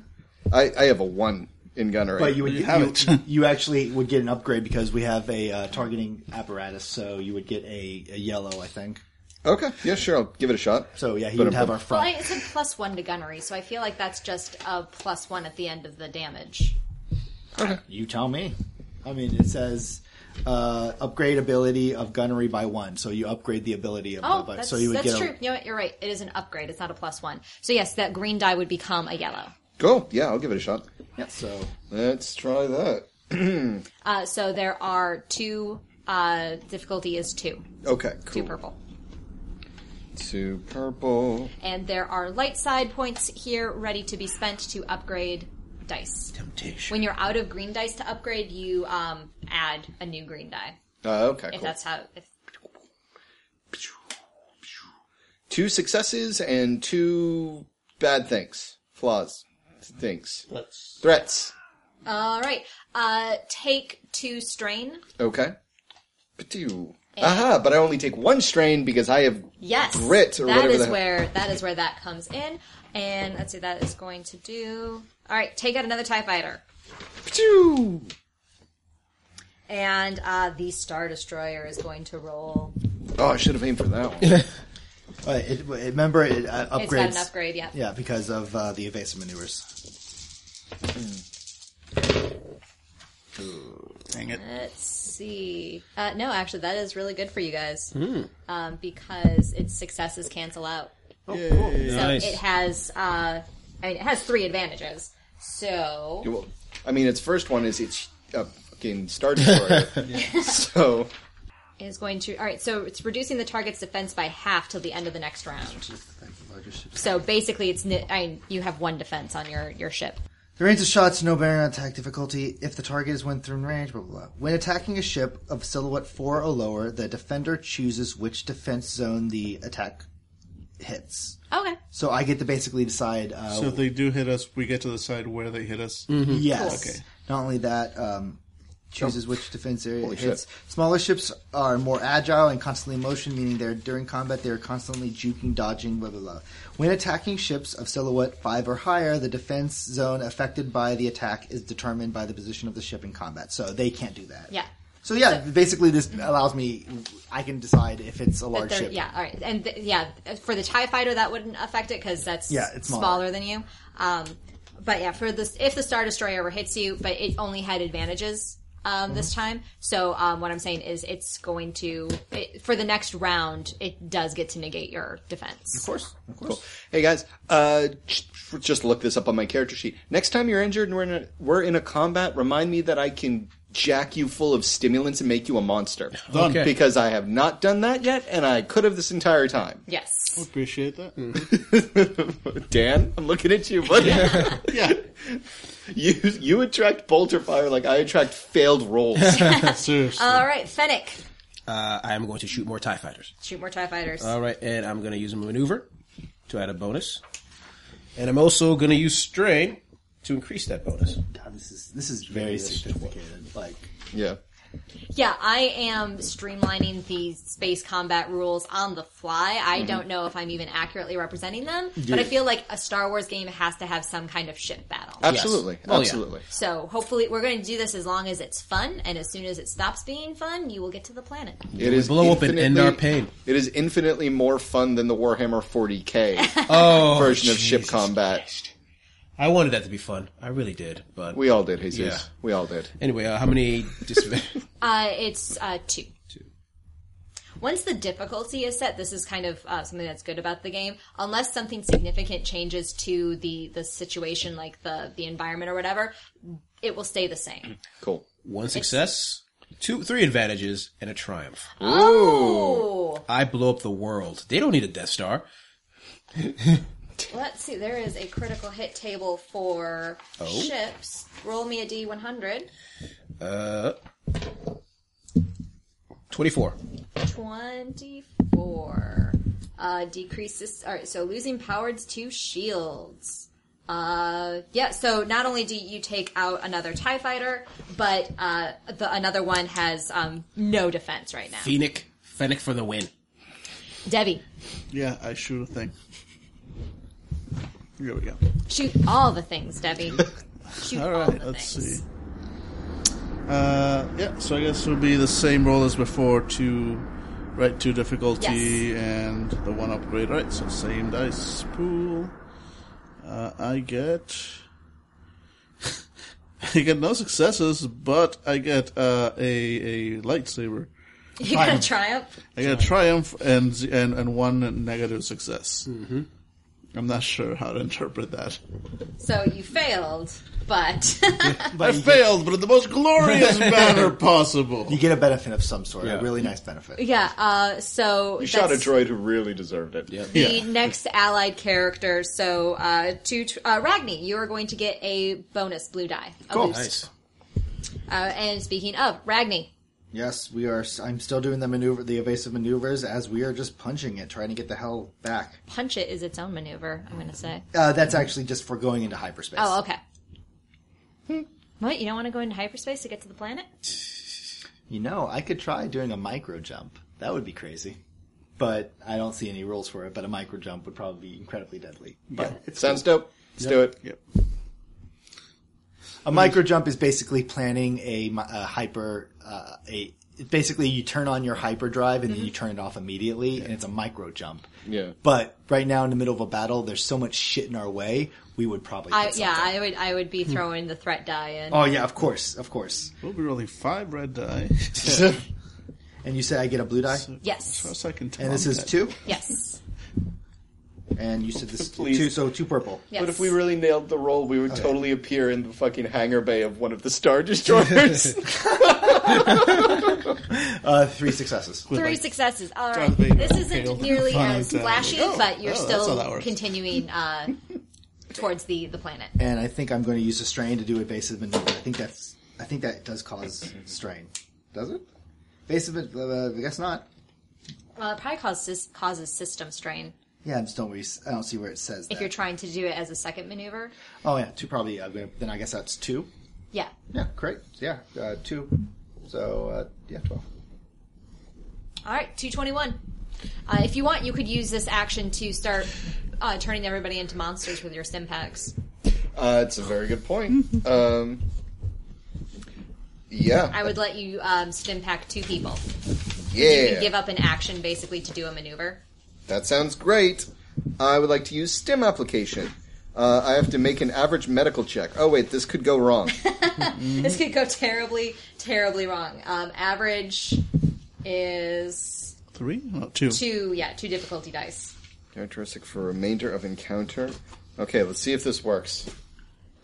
I, I have a one in gunnery,
But you would you, you actually would get an upgrade because we have a uh, targeting apparatus, so you would get a, a yellow, I think.
Okay, yeah, sure, I'll give it a shot.
So yeah, he
But
would
I'm-
have our
Well,
front.
I, it's a plus one to gunnery, so I feel like that's just a plus one at the end of the damage.
You tell me. I mean, it says uh, upgrade ability of gunnery by one, so you upgrade the ability of.
Oh,
by,
that's,
so you would
that's
get
true. You know what? You're right. It is an upgrade. It's not a plus one. So yes, that green die would become a yellow.
Cool. Yeah, I'll give it a shot.
Yeah. So
let's try that.
Uh, so there are two. Uh, difficulty is two.
okay, cool.
Two purple.
Two purple.
And there are light side points here ready to be spent to upgrade dice.
Temptation.
When you're out of green dice to upgrade, you um, add a new green die.
Uh, okay,
if
cool.
that's how. If,
Two successes and two bad things, flaws, things, threats.
all right. Uh, take two strain.
Okay. Patew. Aha! But I only take one strain because I have
Yes.
grit or
that
whatever.
is
the-
where that is where that comes in. And let's see, that is going to do. All right, take out another Tie Fighter. And uh, the Star Destroyer is going to roll.
Oh, I should have aimed for that one.
Uh, it, it- remember, it uh, upgrades.
It's got an upgrade, yeah.
Yeah, because of uh, the evasive maneuvers.
Dang it.
Let's see. Uh, no, actually, that is really good for you guys
Hmm.
um, because its successes cancel out.
Oh, cool.
So
Nice.
it has, uh, I mean, it has three advantages. So
Well, I mean, its first one is it's a fucking star
<laughs>
destroyer. So
it is going to. All right, so it's reducing the target's defense by half till the end of the next round. So basically, it's ni- I mean, you have one defense on your your ship.
The range of shots, no bearing on attack difficulty. If the target is within range, blah, blah, blah.
When attacking a ship of silhouette four or lower, the defender chooses which defense zone the attack hits.
Okay.
So I get to basically decide. Uh,
so if they do hit us, we get to decide where they hit us.
Yes.
Okay.
Not only that, um, chooses which defense area
Holy
it hits.
shit.
Smaller ships are more agile and constantly in motion, meaning they're during combat they are constantly juking, dodging, blah blah blah. When attacking ships of silhouette five or higher, the defense zone affected by the attack is determined by the position of the ship in combat, so they can't do that.
Yeah.
So yeah, basically this allows me. I can decide if it's a large
They're-
ship.
Yeah, all right, and th- yeah, for the Tie Fighter that wouldn't affect it because that's
Yeah, it's smaller.
than you. Um, but yeah, for this, if the Star Destroyer ever hits you, but it only had advantages um,
Mm-hmm.
this time. So um, what I'm saying is, it's going to it, for the next round, it does get to negate your defense. Of
course, of course.
Hey guys, uh, j- just look this up on my character sheet. Next time you're injured and we're in a, we're in a combat, remind me that I can jack you full of stimulants and make you a monster.
Done. Okay.
Because I have not done that yet, and I could have this entire time.
Yes.
I appreciate that.
Dan, I'm looking at you, buddy. <laughs> yeah. You you attract bolter fire like I attract failed
<laughs>
rolls.
<laughs> Seriously.
All right, Fennec,
Uh, I am going to shoot more TIE fighters.
shoot more Tie Fighters.
All right, and I'm going to use a maneuver to add a bonus. And I'm also going to use strain to increase that bonus.
God, this is this is very sophisticated. Like
yeah.
Yeah, I am streamlining the space combat rules on the fly. I
Mhm.
don't know if I'm even accurately representing them,
Yeah.
but I feel like a Star Wars game has to have some kind of ship battle.
Absolutely.
Oh,
Yes. Well, yeah.
Absolutely.
So hopefully, we're going to do this as long as it's fun, and as soon as it stops being fun, you will get to the planet.
It is
blow up and end
infinitely-
our pain.
It is infinitely more fun than the Warhammer 40k
<laughs>
Oh,
version of ship combat.
I wanted that to be fun. I really did, but
We all did, Jesus.
Yeah.
We all did.
Anyway, uh, how many? Dis- <laughs>
Uh, it's uh, two. Once the difficulty is set, this is kind of uh, something that's good about the game. Unless something significant changes to the the situation, like the the environment or whatever, it will stay the same.
cool.
One success. two, three advantages and a triumph.
Oh.
I blow up the world. They don't need a Death Star.
Let's see. There is a critical hit table for
Oh.
ships. Roll me a d100.
Uh, twenty-four.
24. Uh, decreases. All right, so losing powers to shields. Uh, yeah, so not only do you take out another TIE fighter, but uh, the, another one has um, no defense right now.
Phoenix, Fennec for the win.
Debbie,
Yeah, I shoot a thing. Here we go.
shoot all the things, Debbie. Shoot all,
All right,
the
let's
things.
see. Uh, yeah, so I guess it would be the same roll as before. Two, right? Two difficulty
Yes.
and the one upgrade. Right, so same dice pool. Uh, I get. <laughs> I get no successes, but I get uh, a a lightsaber.
<laughs> You got a triumph?
I get a triumph and z- and and one negative success. Mm-hmm. I'm not sure how to interpret that.
So you failed, but. <laughs>
I failed, but in the most <laughs> glorious manner possible.
You get a benefit of some sort,
Yeah.
a really nice benefit.
yeah, uh, so.
You shot a
that's-
droid who really deserved it. Yeah.
the next allied character. So uh, to uh, Ragni, you are going to get a bonus blue die. a boost.
Nice.
Uh, and speaking of Ragni,
Yes, we are. I'm still doing the maneuver, the evasive maneuvers, as we are just punching it, trying to get the hell back.
punch it is its own maneuver. I'm going to say.
Uh, that's actually just for going into hyperspace.
Oh, okay. Hmm. What you don't want to go into hyperspace to get to the planet?
You know, I could try doing a micro jump. That would be crazy, but I don't see any rules for it. But a micro jump would probably be incredibly deadly. But
It sounds dope. Let's do it.
Yep.
A micro jump is basically planning a, mi- a hyper. Uh, a basically you turn on your hyperdrive and then you
Mm-hmm.
turn it off immediately, and it's a micro jump.
Yeah.
But right now, in the middle of a battle, there's so much shit in our way. We would probably.
I,
hit
yeah,
something.
I would. I would
Hmm.
be throwing the threat die in.
Oh yeah, of course, of course.
We'll be rolling five red die.
and you say I get a blue die,
Yes.
Trust I can tell.
and this is two,
Yes.
and you said <laughs> this is
Please.
two, so two purple.
Yes.
But if we really nailed the role, we would totally appear in the fucking hangar bay of one of the
<laughs>
Star Destroyers. <laughs>
Uh, three successes.
Three successes. All right.
Darth Vader
This isn't
failed.
nearly
Fine,
as
Dad.
flashy,
Oh,
but you're
oh, that's all that
still
works.
continuing
<laughs>
uh, towards the the planet.
And I think I'm going to use a strain to do evasive maneuver. I think that's. I think that does cause strain. Does it? Evasive. Uh, I guess not.
Uh, probably causes causes system strain.
Yeah, I just don't. Re- I don't see where it says
If you're
that.
trying to do it as a second maneuver,
Oh yeah, two probably. Uh, then I guess that's two.
yeah.
Yeah, great. Yeah, uh, two. So uh, yeah, twelve.
All right, two twenty one. Uh, if you want, you could use this action to start uh, turning everybody into monsters with your simpacks.
uh, it's a very good point. Um, yeah.
I would let you um, stimpack two people. You
yeah.
can give up an action basically to do a maneuver.
That sounds great. I would like to use STEM application. Uh, I have to make an average medical check. Oh wait, this could go wrong.
Mm-hmm.
This could go terribly, terribly wrong. Um, average is
Three? No, two.
two. Yeah, two difficulty dice.
Characteristic for remainder of encounter. Okay, let's see if this works.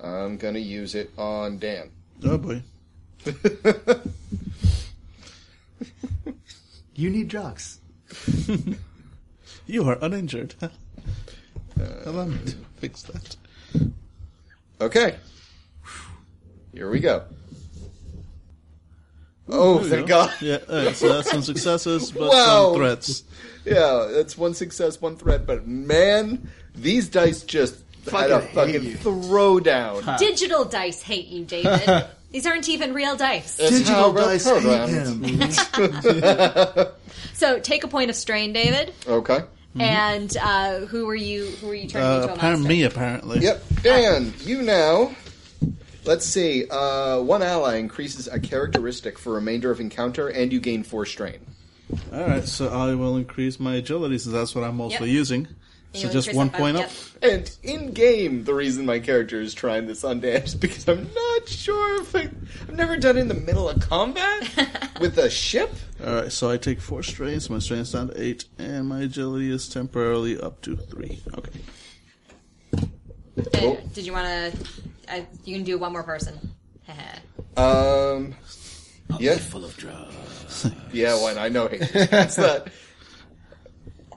I'm gonna use it on Dan.
Oh boy.
You need drugs.
You are uninjured. <laughs> Allow me to fix that.
Okay. Here we go. Oh,
There we
thank
go.
God. <laughs>
Yeah, alright, so that's some successes, but
Wow.
some threats.
Yeah, that's one success, one threat, but man, these dice just had a
Fucking hate
fucking
you.
Uh.
throwdown.
Digital dice hate you,
<laughs>
David. These aren't even real dice.
It's
Digital
how we're
dice hate
programmed.
Mm-hmm.
him.
So take a point of strain, David.
Okay.
And uh, who were you? Who were you turning
Mm-hmm. Uh,
into a
apparent
monster?
me, apparently.
Yep. Dan, you now. Let's see. Uh, one ally increases a characteristic for remainder of encounter, and you gain four strain.
Alright, so I will increase my agility since that's what I'm mostly
Yep.
using.
You
So
increase
just
it
one
by-
point
yep.
up.
And in game, the reason my character is trying this on Dan is because I'm not sure if I, I've never done it in the middle of combat
<laughs>
with a ship.
Alright, so I take four strains, my strain's down to eight, and my agility is temporarily up to three. Okay.
Did,
Oh.
Uh, did uh, you want to? You can do one more person.
Um,
I'll
Yeah.
be full of drugs.
Yeah, one. I know haters.
<laughs>
That's that.
<laughs>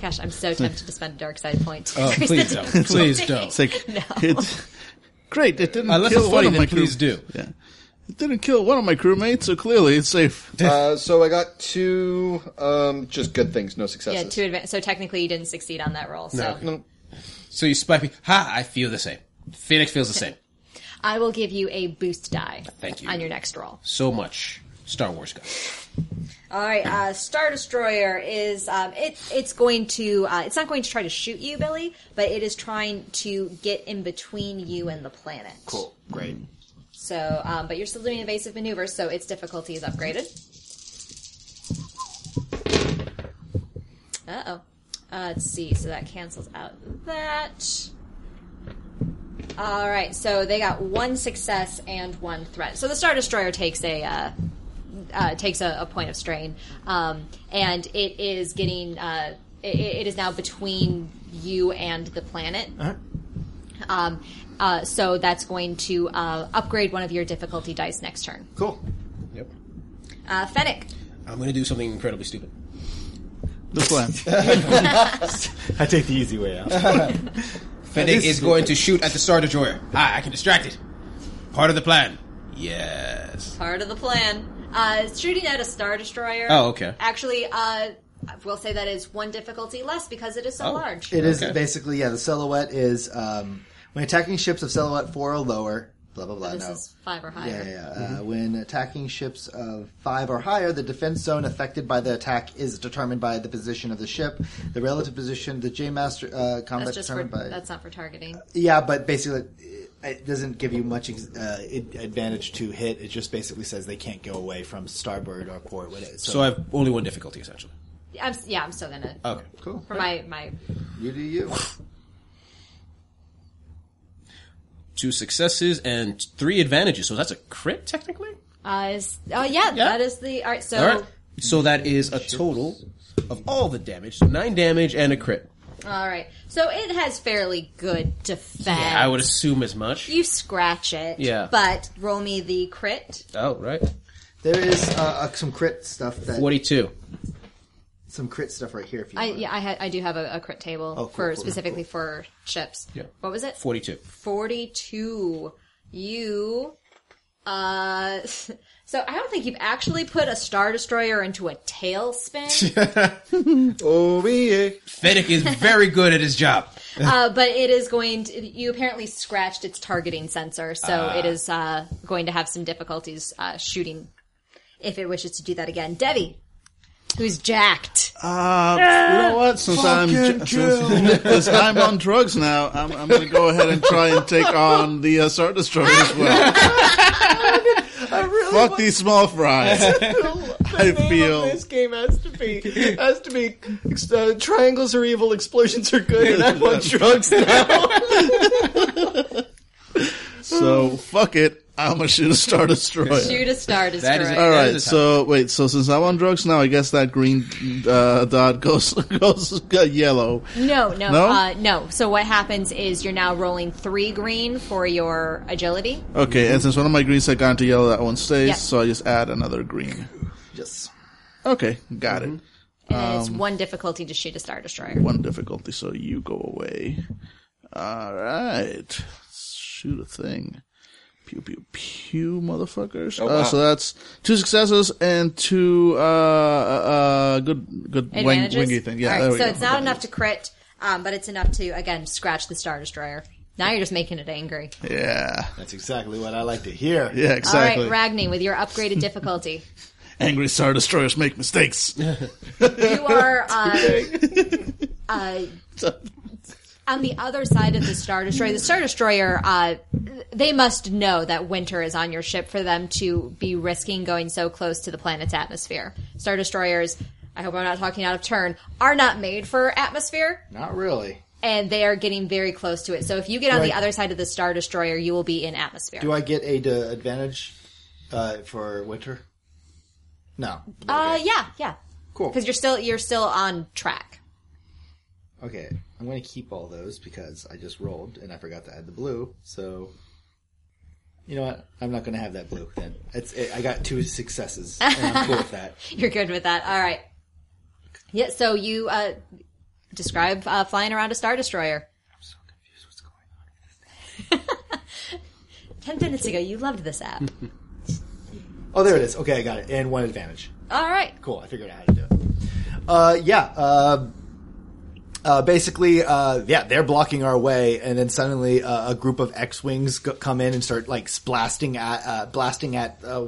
Gosh, I'm so tempted to spend a dark side point. to
Oh,
<laughs> increase
please
the
don't.
<laughs>
difficulty.
Please don't.
It's like
no.
it's <laughs> great. It didn't
Unless
kill
it's Uh,
one
funny,
of my
then please
crew-
do.
Yeah, it didn't kill one of my crewmates, so clearly
<laughs>
it's safe.
Uh, so I got two, um, just good things, no
Yeah,
successes.
two advan So technically, you didn't succeed on that roll. So
No.
So you spike me. Ha! I feel the same. Phoenix feels the same.
I will give you a boost die.
Thank you.
On your next roll.
So much Star Wars guy.
All right, uh, Star Destroyer is um, it. It's going to. Uh, it's not going to try to shoot you, Billy, but it is trying to get in between you and the planet.
Cool. Great.
So, um, but you're still doing evasive maneuvers, so its difficulty is upgraded. Uh oh. Uh, let's see. So that cancels out that. All right. So they got one success and one threat. So the Star Destroyer takes a uh, uh, takes a, a point of strain, um, and it is getting. Uh, it, it is now between you and the planet. Um, uh, so that's going to uh, upgrade one of your difficulty dice next turn.
Cool.
Yep.
Uh, Fennec.
I'm going to do something incredibly stupid.
The plan.
I take the easy way out.
Fennec is going to shoot at the Star Destroyer. Ah, I can distract it. Part of the plan. Yes.
Part of the plan. Uh, shooting at a Star Destroyer.
Oh, okay.
Actually, uh, I will say that is one difficulty less because it is so
Oh.
large.
It is
Okay.
basically yeah. The silhouette is um, when attacking ships of silhouette four or lower. Blah blah blah.
this
no.
is five or higher.
Yeah, yeah. yeah. Uh, when attacking ships of five or higher, the defense zone affected by the attack is determined by the position of the ship, the relative position, the J master uh, combat
That's just for,
determined by. E-
that's not for targeting.
Yeah, but basically, it doesn't give you much ex- uh, ad- advantage to hit. It just basically says they can't go away from starboard or port. With it. So,
So I have only one difficulty, essentially.
I'm, yeah, I'm still gonna
Uh,
Okay.
cool.
for my my.
You do you.
Two successes and three advantages. So that's a crit, technically?
Uh, is, oh yeah, that is the all right. So
All right. So that is a total of all the damage. So nine damage and a crit.
all right. So it has fairly good defense.
I would assume as much.
You scratch it.
Yeah.
But roll me the crit.
Oh, right.
There is uh, uh, some crit stuff that
42.
some crit stuff right here. If you
I
want.
yeah, I ha- I do have a, a crit table
Oh, cool,
for
cool,
specifically for chips.
Yeah.
What was it?
42.
Forty-two. You. Uh, <laughs> so I don't think you've actually put a star destroyer into
<laughs>
a tailspin,
Oh, yeah.
Fennec is very good at his job.
uh, but it is going to. You apparently scratched its targeting sensor, so it is uh, going to have some difficulties uh, shooting if it wishes to do that again. Debbie, who's jacked.
Uh, you know what? Since I'm since, since I'm on drugs now, I'm, I'm going to go ahead and try and take on the uh, Star Destroyer as
<laughs>
well. Fuck these small fries. I feel
This game has to be has to be uh, triangles are evil, explosions are good, and I want drugs now.
<laughs> so. Fuck it. I'm gonna shoot a Star Destroyer.
Shoot a star destroyer.
is a-
All
That
right.
is a
So wait. So since I'm on drugs now, I guess that green uh, dot <laughs> goes goes uh, yellow.
No, no,
No?
Uh, no. So what happens is you're now rolling three green for your agility.
Okay. And since one of my greens had gone to yellow, that one stays.
Yeah.
So I just add another green.
Yes.
Okay. Got it.
And it's
Um,
one difficulty to shoot a star destroyer.
one difficulty, so you go away. All right, shoot a thing. Pew pew pew, motherfuckers.
Oh,
Uh, so that's two successes and two uh uh good good wing,
Advantages.
wingy thing. Yeah,
All right,
there we
so
go.
it's not enough to crit, um, but it's enough to again scratch the star destroyer. Now you're just making it angry.
Yeah,
That's exactly what I like to hear.
yeah, exactly.
All right, Ragni, with your upgraded difficulty,
Angry star destroyers make mistakes.
you are uh, uh, on the other side of the Star Destroyer. The Star Destroyer, uh, they must know that winter is on your ship for them to be risking going so close to the planet's atmosphere. Star Destroyers, I hope I'm not talking out of turn, are not made for atmosphere,
Not really.
and they are getting very close to it. So if you get on the
Right.
other side of the Star Destroyer, you will be in atmosphere.
Do I get a d- advantage uh, for winter? No.
uh, yeah, yeah,
Cool.
because you're still you're still on track.
Okay, I'm going to keep all those because I just rolled and I forgot to add the blue. So
You know what? I'm not going to have that blue then. It's it, I got two successes, and I'm cool with that.
You're good with that. All right. Yeah. So you uh, describe uh, flying around a star destroyer. Ten minutes ago, you loved this app.
Oh, there it is. Okay, I got it, and one advantage.
<laughs> All right.
Cool. I figured out how to do it. Uh, yeah. Uh, uh, basically, uh, yeah, they're blocking our way, and then suddenly uh, a group of X-wings go- come in and start like blasting at uh, blasting at uh,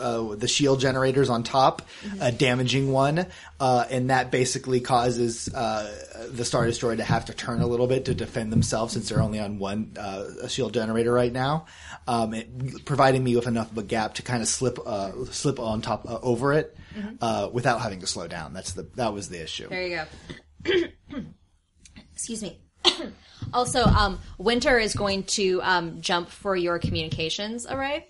uh, the shield generators on top, uh, damaging one, uh, and that basically causes uh, the Star Destroyer to have to turn a little bit to defend themselves since they're only on one uh, shield generator right now, um, it, providing me with enough of a gap to kind of slip uh, slip on top uh, over it
Mhm.
uh, without having to slow down. That's the that was the issue.
There you go. <clears throat> Excuse me. <clears throat> also, um, Winter is going to um, jump for your communications array.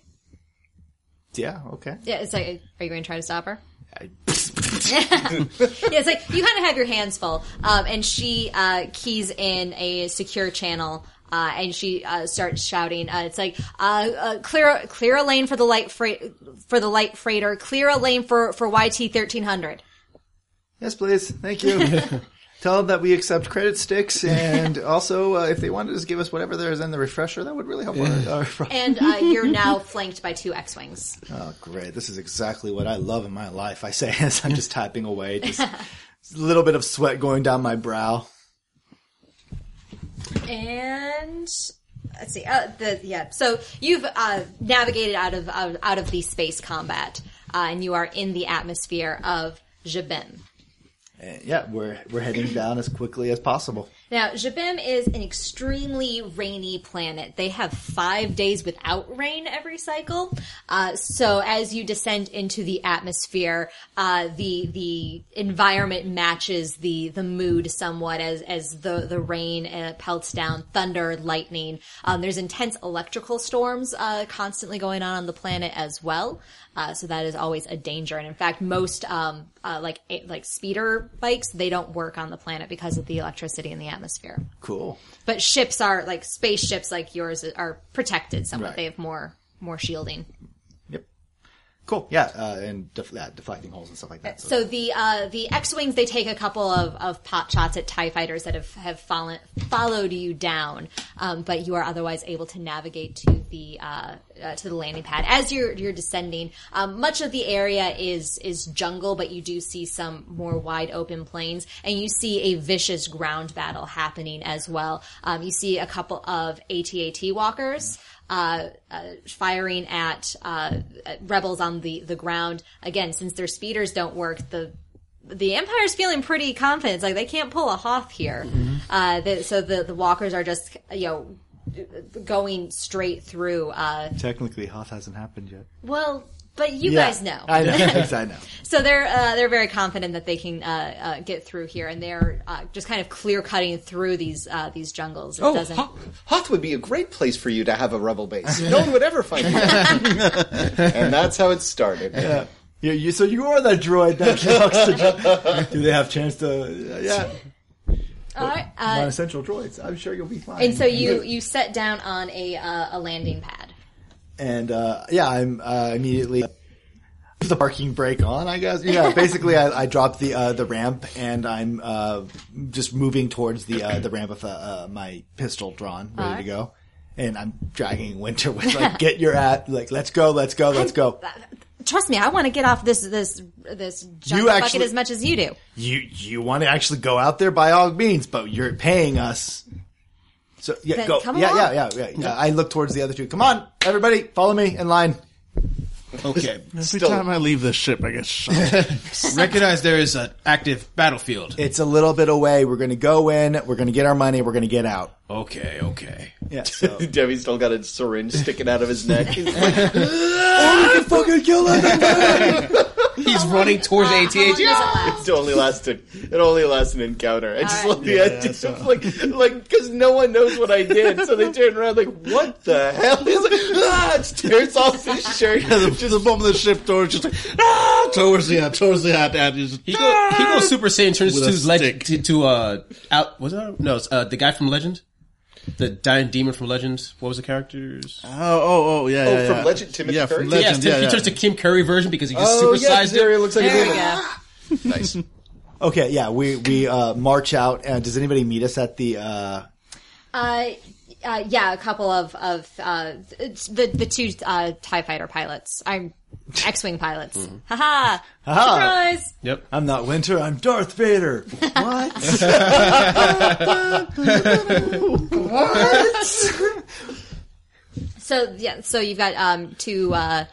Yeah. Okay.
Yeah, it's like, are you going to try to stop her? yeah, it's like you kind of have your hands full, um, and she uh, keys in a secure channel, uh, and she uh, starts shouting. Uh, it's like uh, uh, clear, clear a lane for the light freight for the light freighter, clear a lane for for YT thirteen hundred.
Yes, please. Thank <laughs> you. Tell them that we accept credit sticks, <laughs> and also uh, if they wanted to just give us whatever there is in the refresher, that would really help. Our, our
And uh, you're now flanked by two X wings.
oh, great! This is exactly what I love in my life. I say <laughs> as I'm just typing <laughs> away, just a little bit of sweat going down my brow.
and let's see. Uh, the yeah. So you've uh, navigated out of out, out of the space combat, uh, and you are in the atmosphere of Jabim.
And yeah, we're we're heading down as quickly as possible.
Now, Jabim is an extremely rainy planet. They have five days without rain every cycle. Uh, so, as you descend into the atmosphere, uh, the the environment matches the the mood somewhat as as the the rain uh, pelts down, thunder, lightning. Um, there's intense electrical storms uh, constantly going on on the planet as well. Uh, so that is always a danger. And in fact, most um, uh, like eh, like speeder bikes they don't work on the planet because of the electricity in the atmosphere.
Cool.
But ships are like spaceships like yours are protected somewhat.
Right.
They have more more shielding.
Cool. Yeah, uh, and def- yeah, deflecting holes and stuff like that. So,
So the uh, the X wings they take a couple of, of pop shots at Tie fighters that have have fallen, followed you down, um, but you are otherwise able to navigate to the uh, uh, to the landing pad as you're you're descending. Um, much of the area is is jungle, but you do see some more wide open plains, and you see a vicious ground battle happening as well. Um, you see a couple of ATAT walkers uh, uh, firing at, uh, at rebels on the, the ground. Again, since their speeders don't work, the the Empire's feeling pretty confident. It's like they can't pull a Hoth here.
Mm-hmm.
Uh, the, so the, the walkers are just you know going straight through. Uh,
technically, Hoth hasn't happened yet.
well, but you
Yeah,
guys know.
<laughs> I know. Yes, I know.
So they're uh, they're very confident that they can uh, uh, get through here, and they're uh, just kind of clear cutting through these uh, these jungles. It
Oh,
doesn't.
Hoth, Hoth would be a great place for you to have a rebel base. No one would
<laughs>
ever find you. and that's how it started.
Yeah. Yeah, you, so you are that droid that <laughs> talks to ju- Do they have chance to? uh, yeah.
All right. Uh,
non-essential droids. I'm sure you'll be fine.
and so you you set down on a uh, a landing pad.
and uh, yeah, I'm uh, immediately put the parking brake on. I
<laughs>
guess yeah. Basically, I, I drop the uh, the ramp and I'm uh, just moving towards the uh, the ramp with uh, uh, my pistol drawn, ready to
Alright.
go. And I'm dragging Winter with
<laughs>
like, get your at like, let's go, let's go, let's go.
Trust me, I want to get off this this this junk
You
bucket
actually-
as much as you do.
You you want to actually go out there by all means, but you're paying us. So yeah,
Then
go.
come
yeah,
along.
yeah, yeah, yeah, yeah. I look towards the other two. Come on, everybody, follow me in line.
Okay.
Every
Still-
time I leave this ship, I get shot. <laughs>
Recognize there is an active battlefield.
It's a little bit away. We're going to go in. We're going to get our money. We're going to get out.
Okay, okay.
Yeah. <laughs>
<laughs>
So.
Debbie's still got a syringe sticking out of his neck. <laughs> He's
can fucking kill
He's running towards ATH.
It only lasted. It only lasts an encounter. I just
All right.
love the idea of like, like, because no one knows what I did, so they turn around like, "What the hell?" <laughs> He's like, "Ah!" Just tears off his shirt.
the, the moment the ship towards just like ah, towards the towards the hat, and just
He, go, he goes Super Saiyan, turns
With a
to Legend to, to uh out was that no it's, uh the guy from Legend. The dying demon from Legends. What was the character's?
Oh, oh, oh, yeah,
Oh,
yeah,
from
yeah.
Legend, Timothy
yeah, from
Curry?
Legend,
yes,
yeah,
he
yeah.
turns to Kim Curry version because he just
Oh, yeah,
supersized
Zeri
it.
looks like a
There we
demon.
go.
Nice.
<laughs> Okay, yeah, we we uh, march out. Uh, does anybody meet us at the? Uh,
Uh, uh, yeah, a couple of of uh, it's the the two uh, Tie Fighter pilots. I'm X-wing pilots. Haha! Surprise!
Yep.
I'm not Winter. I'm Darth Vader. What? what?
So yeah, so you've got um two uh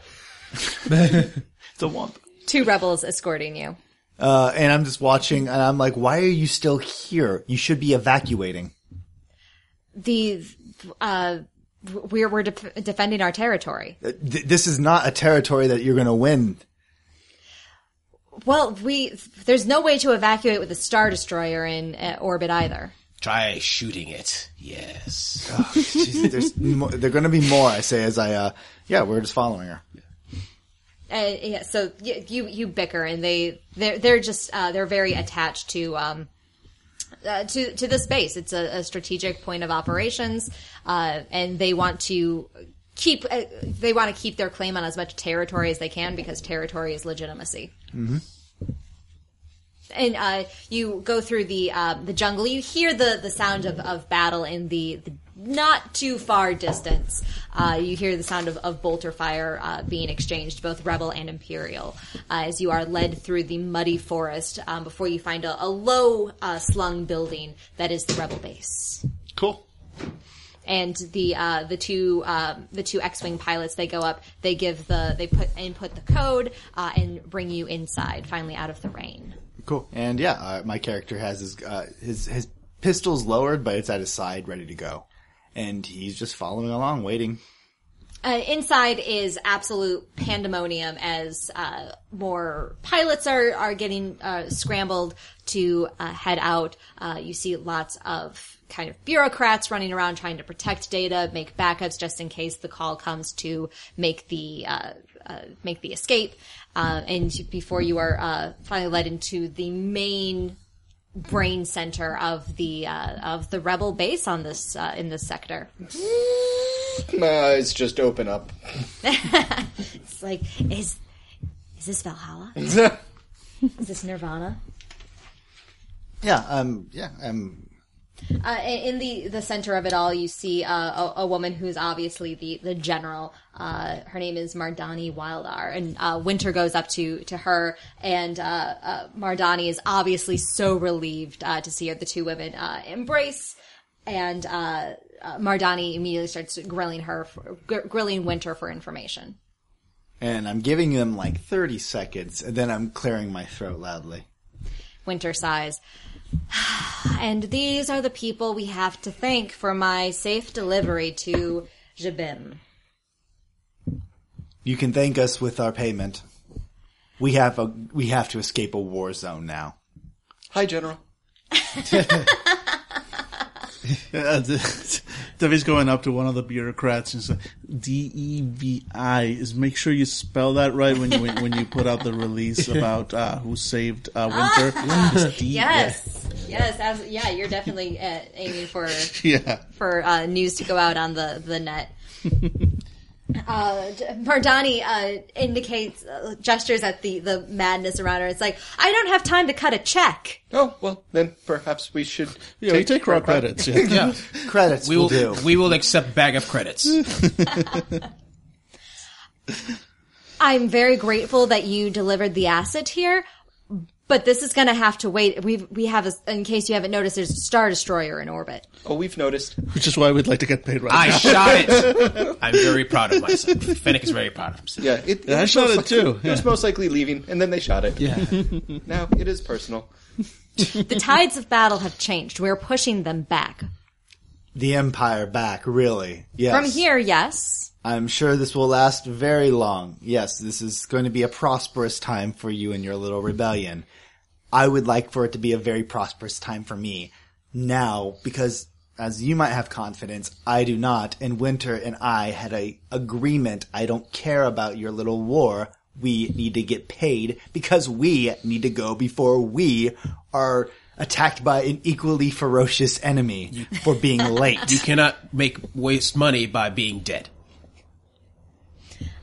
It's a womp.
two rebels escorting you.
<laughs> Uh, and I'm just watching, and I'm like, why are you still here? You should be evacuating.
The uh we're we're def- defending our territory.
Th- this is not a territory that you're going to win.
Well, we there's no way to evacuate with a star destroyer in uh, orbit either.
Try shooting it. Yes.
Jeez, There's <laughs> mo- there going to be more. I say as I, uh, yeah, we're just following her.
Uh, yeah, so y- you you bicker, and they they're they're just uh, they're very attached to um uh, to to this base. It's a, a strategic point of operations, uh, and they want to keep uh, they want to keep their claim on as much territory as they can because territory is legitimacy. And uh, you go through the uh, the jungle. You hear the the sound of, of battle in the, the not too far distance. Uh, you hear the sound of, of bolter fire uh, being exchanged, both rebel and imperial, uh, as you are led through the muddy forest um, before you find a, a low uh, slung building that is the rebel base.
<laughs> Cool.
And the uh, the two um, the two X wing pilots they go up. They give the they put input the code uh, and bring you inside, finally out of the rain.
Cool. And yeah, uh, my character has his uh, his his pistols lowered, but it's at his side, ready to go, and he's just following along, waiting.
uh, inside is absolute pandemonium as uh, more pilots are are getting uh, scrambled to uh, head out. Uh, you see lots of kind of bureaucrats running around trying to protect data, make backups just in case the call comes to make the uh, uh, make the escape. Uh, and before you are uh, finally led into the main brain center of the uh, of the rebel base on this uh, in this sector.
My eyes just open up.
It's like, is is this Valhalla? is this Nirvana?
Yeah. Um. Yeah. Um.
Uh, in in the the center of it all, you see uh, a, a woman who's obviously the the general. Uh, her name is Mardani Wildar, and uh, Winter goes up to to her, and uh, uh, Mardani is obviously so relieved uh, to see her, the two women uh, embrace, and uh, uh, Mardani immediately starts grilling her, for, gr- grilling Winter for information.
And I'm giving them like 30 seconds, and then I'm clearing my throat loudly.
Winter sighs. <sighs> and these are the people we have to thank for my safe delivery to Jabim.
You can thank us with our payment. We have a we have to escape a war zone now.
Hi, General.
Yeah, the- <laughs> Devi's going up to one of the bureaucrats and says, "D E V I is make sure you spell that right when you when you put out the release about uh, who saved uh,
<laughs>
Winter." <laughs> It's D-
Yes, yes, as, yeah. You're definitely uh, aiming for
Yeah.
for uh, news to go out on the the net. uh, J- Mardani uh, indicates uh, gestures at the the madness around her. It's like I don't have time to cut a check.
Oh, well, then perhaps we should.
Yeah, we take raw credits. Yeah.
yeah.
Credits
We
will
will. <laughs>
do.
We will accept bag of credits.
I'm very grateful that you delivered the asset here, but this is going to have to wait. We we have, a, in case you haven't noticed, there's a star destroyer in orbit.
Oh, we've noticed.
<laughs> Which is why we'd like to get paid right
<laughs>
I shot it. I'm very proud of myself. Fennec is very proud of himself.
Yeah, it,
Yeah, I
was
shot
most
it
likely-
too,
It was
yeah.
most likely leaving, and then they shot it.
Yeah.
<laughs> Now it is personal.
The tides of battle have changed. We're pushing them back
The empire back, really. Yes.
from here. Yes,
I'm sure this will last very long. Yes, this is going to be a prosperous time for you and your little rebellion. I would like for it to be a very prosperous time for me now because as you might have confidence, I do not, and Winter and I had a agreement. I don't care about your little war. We need to get paid because we need to go before we are attacked by an equally ferocious enemy for being late.
You cannot make waste money by being dead.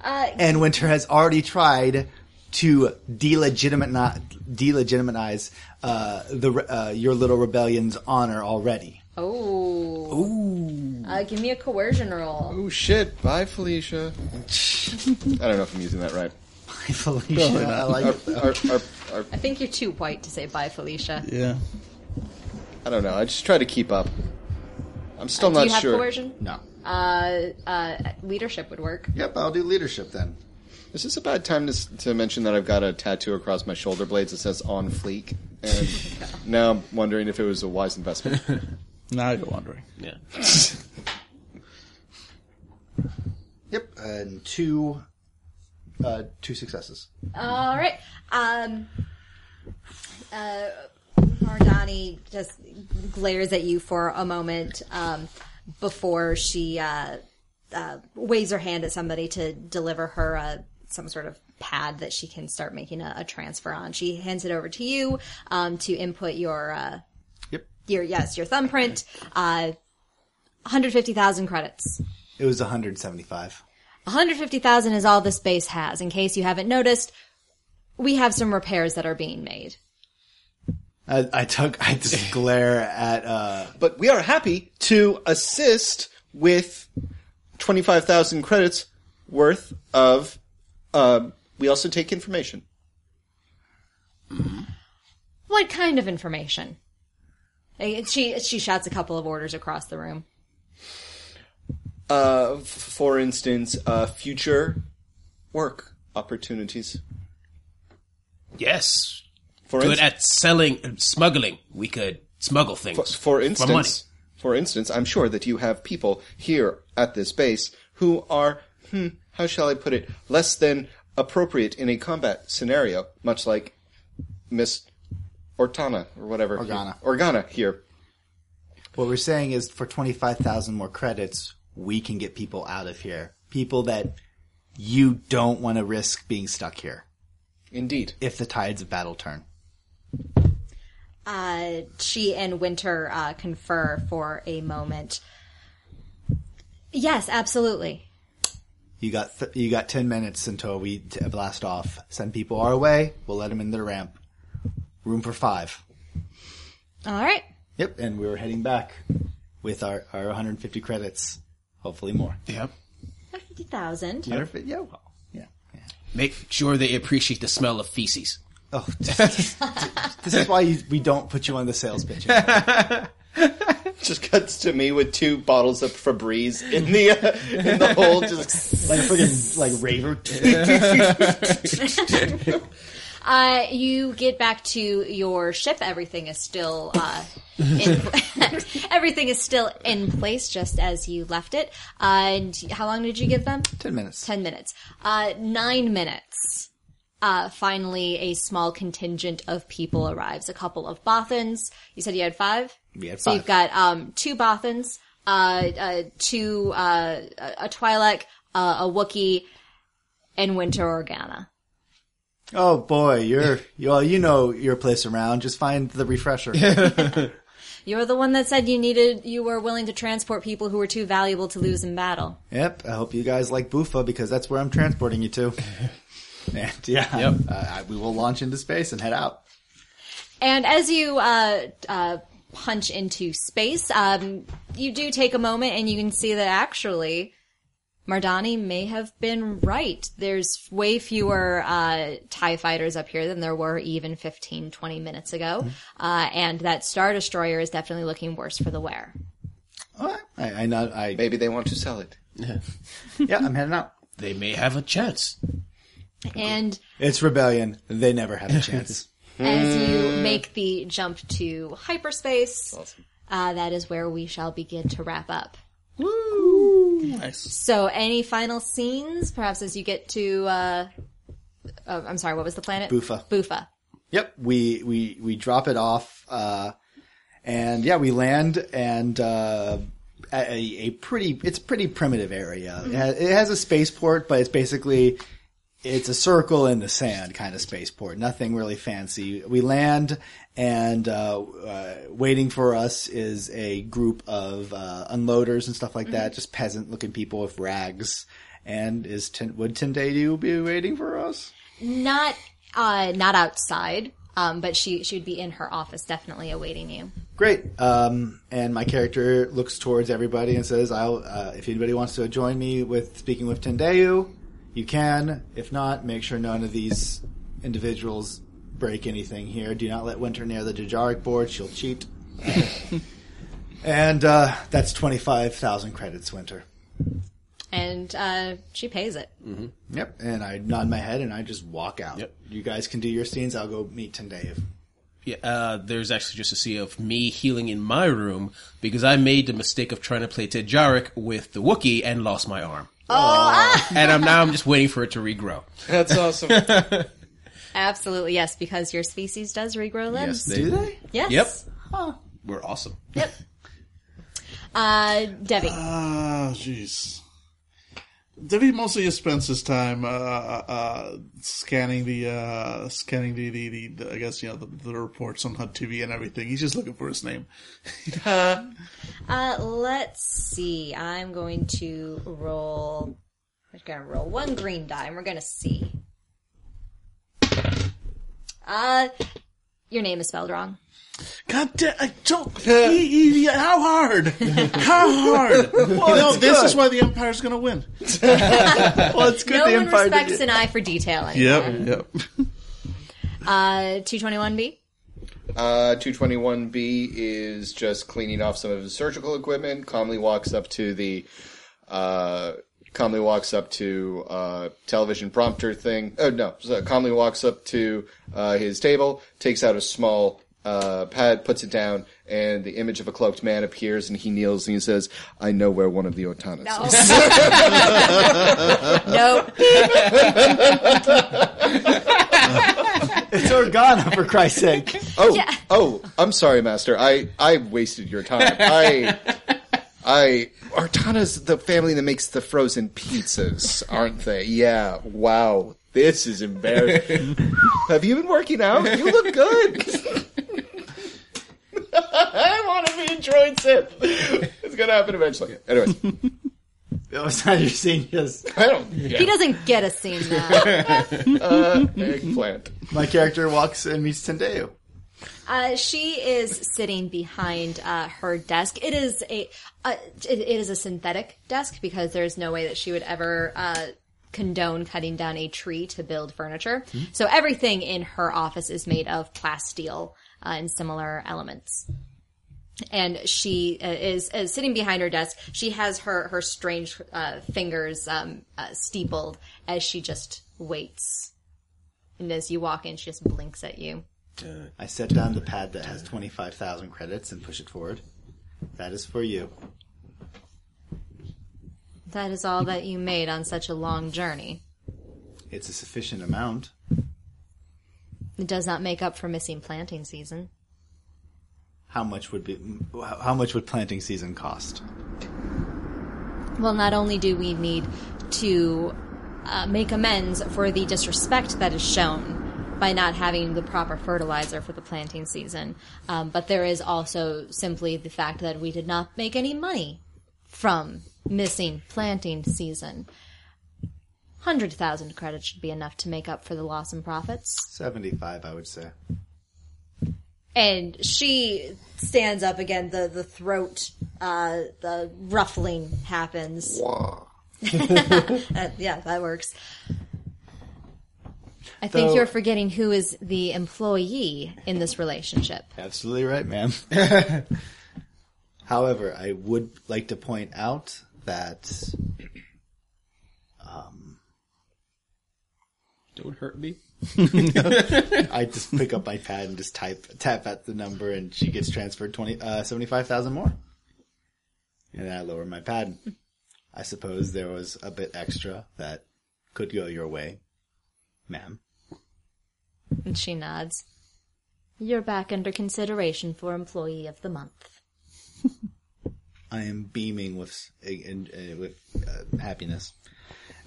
Uh,
and Winter has already tried to delegitimize, delegitimize uh, the re- uh, your little rebellion's honor already.
Oh.
Ooh.
Uh, give me a coercion roll.
Oh shit! Bye, Felicia. I don't know if I'm using that right. Bye,
<laughs>
Felicia.
I like it,
our, our, our,
I think you're too white to say bye, Felicia.
yeah. I don't know. I just try to keep up. I'm still
Uh,
not
do you have
sure.
coercion?
No.
Uh, uh, leadership would work.
Yep, I'll do leadership then. Is this a bad time to, s- to mention that I've got a tattoo across my shoulder blades that says "on fleek"?
<laughs>
And now I'm wondering if it was a wise investment.
now you're wondering.
Yeah.
Yep, and two, uh, two successes.
All right. Um, uh, Mardani just glares at you for a moment um, before she uh, uh, waves her hand at somebody to deliver her uh, some sort of pad that she can start making a, a transfer on. She hands it over to you um, to input your. Uh,
Yep.
Your yes, your thumbprint. Uh, 150,000 credits.
It was 175.
150,000 is all this base has. In case you haven't noticed, we have some repairs that are being made.
I, I took. I just glare at. uh
But we are happy to assist with twenty-five thousand credits worth of. Um, we also take information.
What kind of information? Eh, She she shouts a couple of orders across the room.
Uh, f- for instance, uh, future work opportunities.
Yes.
For
Good
instance-
at selling, uh, smuggling. We could smuggle things.
For
For money.
instance, for instance, I'm sure that you have people here at this base who are, hmm, how shall I put it, less than appropriate in a combat scenario, much like Miss Ortana or whatever.
Organa.
Organa here.
What we're saying is, for 25,000 more credits, we can get people out of here. People that you don't want to risk being stuck here.
Indeed. <laughs>
If the tides of battle turn.
Uh, she and Winter uh, confer for a moment. Yes, absolutely.
You got th- you got ten minutes until we t- blast off. Send people our way. We'll let them in the ramp. Room for five.
All right.
Yep, and we were heading back with our, our 150 credits. Hopefully more.
Yep.
50,000.
Yep.
Yeah. Well,
Make sure they appreciate the smell of feces.
Oh, <laughs> this is why you, we don't put you on the sales pitch.
Just cuts to me with two bottles of Febreze in the <laughs> uh, in the
<laughs>
hole. Just
like friggin' like raver.
Uh, you get back to your ship. Everything is still uh, in, <laughs> everything is still in place just as you left it. Uh, and how long did you give them?
<laughs> Ten minutes.
Ten minutes. Uh, nine minutes. Uh, finally, a small contingent of people arrives. A couple of Bothans. You said you had five.
We had
So you've
five.
got um, two Bothans, uh, uh, two uh, a a Twi'lek, uh, a Wookiee, and Winter Organa.
Oh boy, you're you all you know your place around. Just find the refresher.
You're the one that said you needed, you were willing to transport people who were too valuable to lose in battle.
yep. I hope you guys like Bufa because that's where I'm transporting you <laughs> to. And yeah, yep. uh, we will launch into space and head out.
And as you uh, uh, punch into space, um, you do take a moment and you can see that actually Mardani may have been right. There's way fewer uh, TIE fighters up here than there were even 15, 20 minutes ago. Uh, and that Star Destroyer is definitely looking worse for the wear.
I, I not. I
maybe they want to sell it.
yeah, I'm heading out.
They may have a chance.
And
It's rebellion. They never <laughs> have a chance.
as you make the jump to hyperspace, uh, that is where we shall begin to wrap up.
Nice.
So, any final scenes, perhaps as you get to, uh, oh, I'm sorry, what was the planet?
Bufa.
Bufa.
Yep. We we we drop it off, uh, and yeah, we land and uh, at a, a pretty. It's a pretty primitive area. It has, it has a spaceport, but it's basically it's a circle in the sand kind of spaceport. Nothing really fancy. We land, and uh, uh, waiting for us is a group of uh, unloaders and stuff like that, just peasant looking people with rags. And is Tin would Tindadu be waiting for us?
Not uh not outside. Um, but she she would be in her office definitely awaiting you.
Great. Um, and my character looks towards everybody and says, "I'll uh, if anybody wants to join me with speaking with Tendeu, you can. If not, make sure none of these individuals break anything here. Do not let Winter near the Jajaric board; she'll <laughs> cheat." and uh, that's twenty five thousand credits, Winter.
And uh, she pays it.
Mm-hmm. Yep. And I nod my head and I just walk out. Yep. You guys can do your scenes. I'll go meet Tendeu.
Yeah, uh, there's actually just a scene of me healing in my room because I made the mistake of trying to play Ted Jarek with the Wookiee and lost my arm.
Oh,
and I'm now I'm just waiting for it to regrow.
That's awesome.
Absolutely, yes, because your species does regrow limbs.
they- Do they?
Yes.
Yep.
Huh.
We're awesome.
Uh, Debbie.
Ah, jeez. Debbie mostly just spends his time uh, uh, scanning the uh, scanning the, the, the, the I guess you know the, the reports on Hut TV and everything. He's just looking for his name.
Uh, let's see. I'm going to roll. I'm going to roll one green die, and we're going to see. Uh, your name is spelled wrong.
God damn! I don't. he- he- he-
<laughs>
how hard? How hard? you know,
it's
this
good.
is why the Empire's gonna win.
<laughs> well,
it's good
No
the
one
Empire did
respects
it.
an eye for detail anymore.
Yep. Yep.
<laughs> Uh, 221B.
Uh, 221B is just cleaning off some of his surgical equipment. Calmly walks up to the, uh, calmly walks up to, uh, television prompter thing. Oh, no. So calmly walks up to, uh, his table, takes out a small, uh, pad, puts it down, and the image of a cloaked man appears and he kneels and he says, I know where one of the Otanas is.
nope.
<laughs> It's Organa, for Christ's sake.
Oh, oh, I'm sorry, Master. I, I wasted your time. I, I, Artana's the family that makes the frozen pizzas, aren't they? Yeah. Wow. This is embarrassing. Have you been working out? You look good. I want to be a droid Sith. It's gonna happen eventually. Anyways,
<laughs> That was not your scene. Yes.
I don't. yeah.
He doesn't get a scene now.
Uh, eggplant.
My character walks and meets Tendeu.
Uh, she is sitting behind uh, her desk. It is a uh, it, it is a synthetic desk because there is no way that she would ever uh, condone cutting down a tree to build furniture. So everything in her office is made of plasteel uh, and similar elements. And she uh, is, is sitting behind her desk. She has her her strange uh, fingers um, uh, steepled as she just waits. And as you walk in, she just blinks at you.
I set down the pad that has 25,000 credits and push it forward. That is for you.
That is all that you made on such a long journey.
It's a sufficient amount.
It does not make up for missing planting season.
How much would be how how much would planting season cost?
Well, not only do we need to uh, make amends for the disrespect that is shown by not having the proper fertilizer for the planting season, um, but there is also simply the fact that we did not make any money from missing planting season. 100,000 credits should be enough to make up for the loss in profits.
75, I would say.
and she stands up again. The the throat, uh, the ruffling happens. Uh, yeah, that works. I think
Though-
you're forgetting who is the employee in this relationship.
Absolutely right, ma'am. However, I would like to point out that um,
Don't hurt me.
<laughs> I just pick up my pad and just type tap at the number, and she gets transferred twenty uh, seventy five thousand more. And I lower my pad. I suppose there was a bit extra that could go your way, ma'am.
And she nods. You're back under consideration for employee of the month.
I am beaming with s- and, and, uh, with uh, happiness.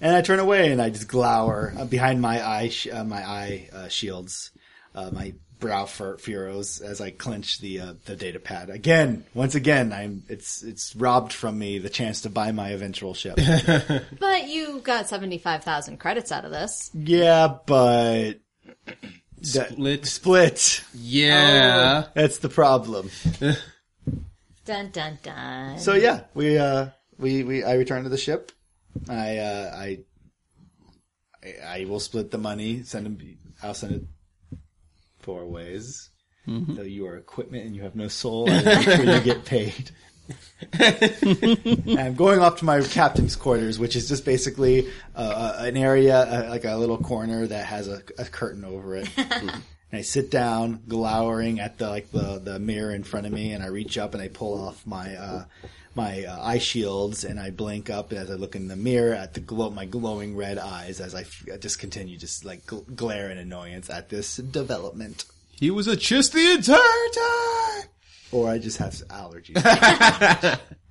and I turn away and I just glower uh, behind my eye, sh- uh, my eye uh, shields, uh, my brow fur- furrows as I clench the uh, the data pad again. Once again, I'm it's it's robbed from me the chance to buy my eventual ship.
But you got 75,000 credits out of this.
yeah, but split split.
Yeah.
that's the problem.
Dun dun dun.
So yeah, we uh we we I return to the ship. I uh I I I will split the money. Send him. I'll send it four ways. Though you are equipment and you have no soul, I will make sure you get paid. And I'm going off to my captain's quarters, which is just basically uh, uh, an area, uh, like a little corner that has a, a curtain over it. And I sit down, glowering at the like the, the mirror in front of me, and I reach up and I pull off my uh, my uh, eye shields, and I blink up as I look in the mirror at the glow my glowing red eyes as I f- just continue just like gl- glare in annoyance at this development,
He was a chist the entire time.
or I just
<laughs>
have allergies.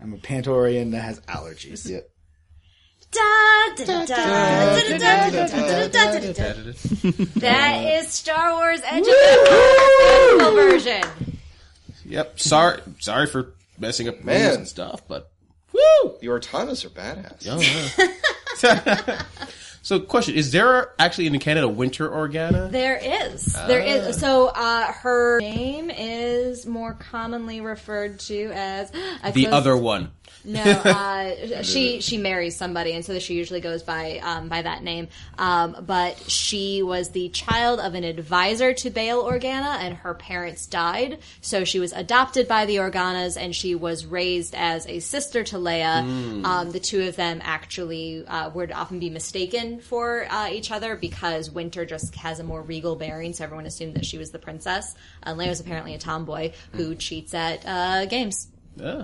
I'm a Pantorian that has allergies.
That is Star Wars Edge of Empires physical version.
Yep. Sorry. Sorry for messing up
Man.
names and stuff, but
Woo! Your Artanas are badass.
oh, yeah. so, question: Is there actually in Canada a winter Organa?
There is. There is.
Ah.
So uh, her name is more commonly referred to as <gasps> I
The
close-
other one.
No, uh, she she marries somebody, and so she usually goes by um, by that name. Um, but she was the child of an advisor to Bail Organa, and her parents died, so she was adopted by the Organas, and she was raised as a sister to Leia. Um, the two of them actually uh, would often be mistaken for uh, each other because Winter just has a more regal bearing, so everyone assumed that she was the princess. And Leia was apparently a tomboy who cheats at uh, games.
Yeah.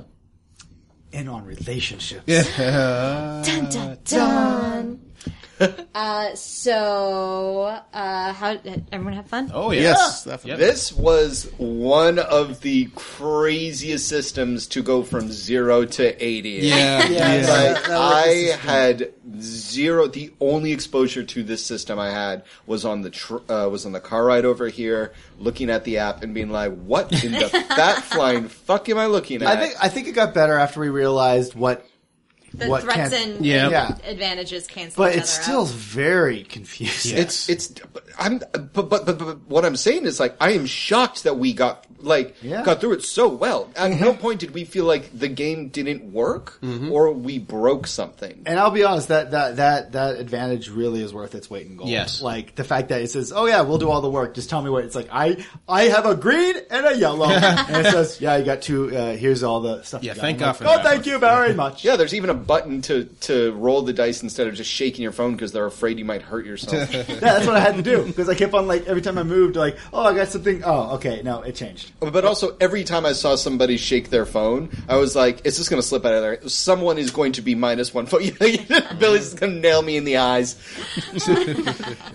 And on relationships,
Dun, dun, dun. <laughs> uh, so, uh, how everyone have fun?
Oh yeah.
Yes, definitely.
This was one of the craziest systems to go from zero to 80.
Yeah.
<laughs> Yeah,
Like,
that- that was
I
the system.
had zero. The only exposure to this system I had was on the tr- uh, was on the car ride over here, looking at the app and being like, "What
<laughs>
in the fat flying fuck am I looking at?"
I think I think it got better after we realized what
The
what
threats
can-
and
Yeah.
Yeah.
advantages cancel
But
each
it's
other
still
out.
very confusing.
it's it's I'm but, but but but what I'm saying is like I am shocked that we got like
Yeah.
got through it so well. At no point did we feel like the game didn't work or we broke something.
Mm-hmm. And I'll be honest, that, that, that, that advantage really is worth its weight in gold.
Yes.
Like the fact that it says, oh yeah, we'll do all the work. Just tell me what it's like. I, I have a green and a
<laughs>
yellow. and it says, yeah, you got two, uh, here's all the stuff.
Yeah,
you got.
thank
I'm
God
like,
for that
Oh, thank
one."
you very much.
Yeah, there's even a button to to roll the dice instead of just shaking your phone because they're afraid you might hurt
<laughs>
yourself.
yeah, that's what I had to do. Cause I kept on like, every time I moved, like, oh, I got something. Oh, okay. No, it changed.
but also, every time I saw somebody shake their phone, I was like, "It's just going to slip out of there. Someone is going to be minus one phone. <laughs> Billy's going to nail me in the
<laughs>
eyes."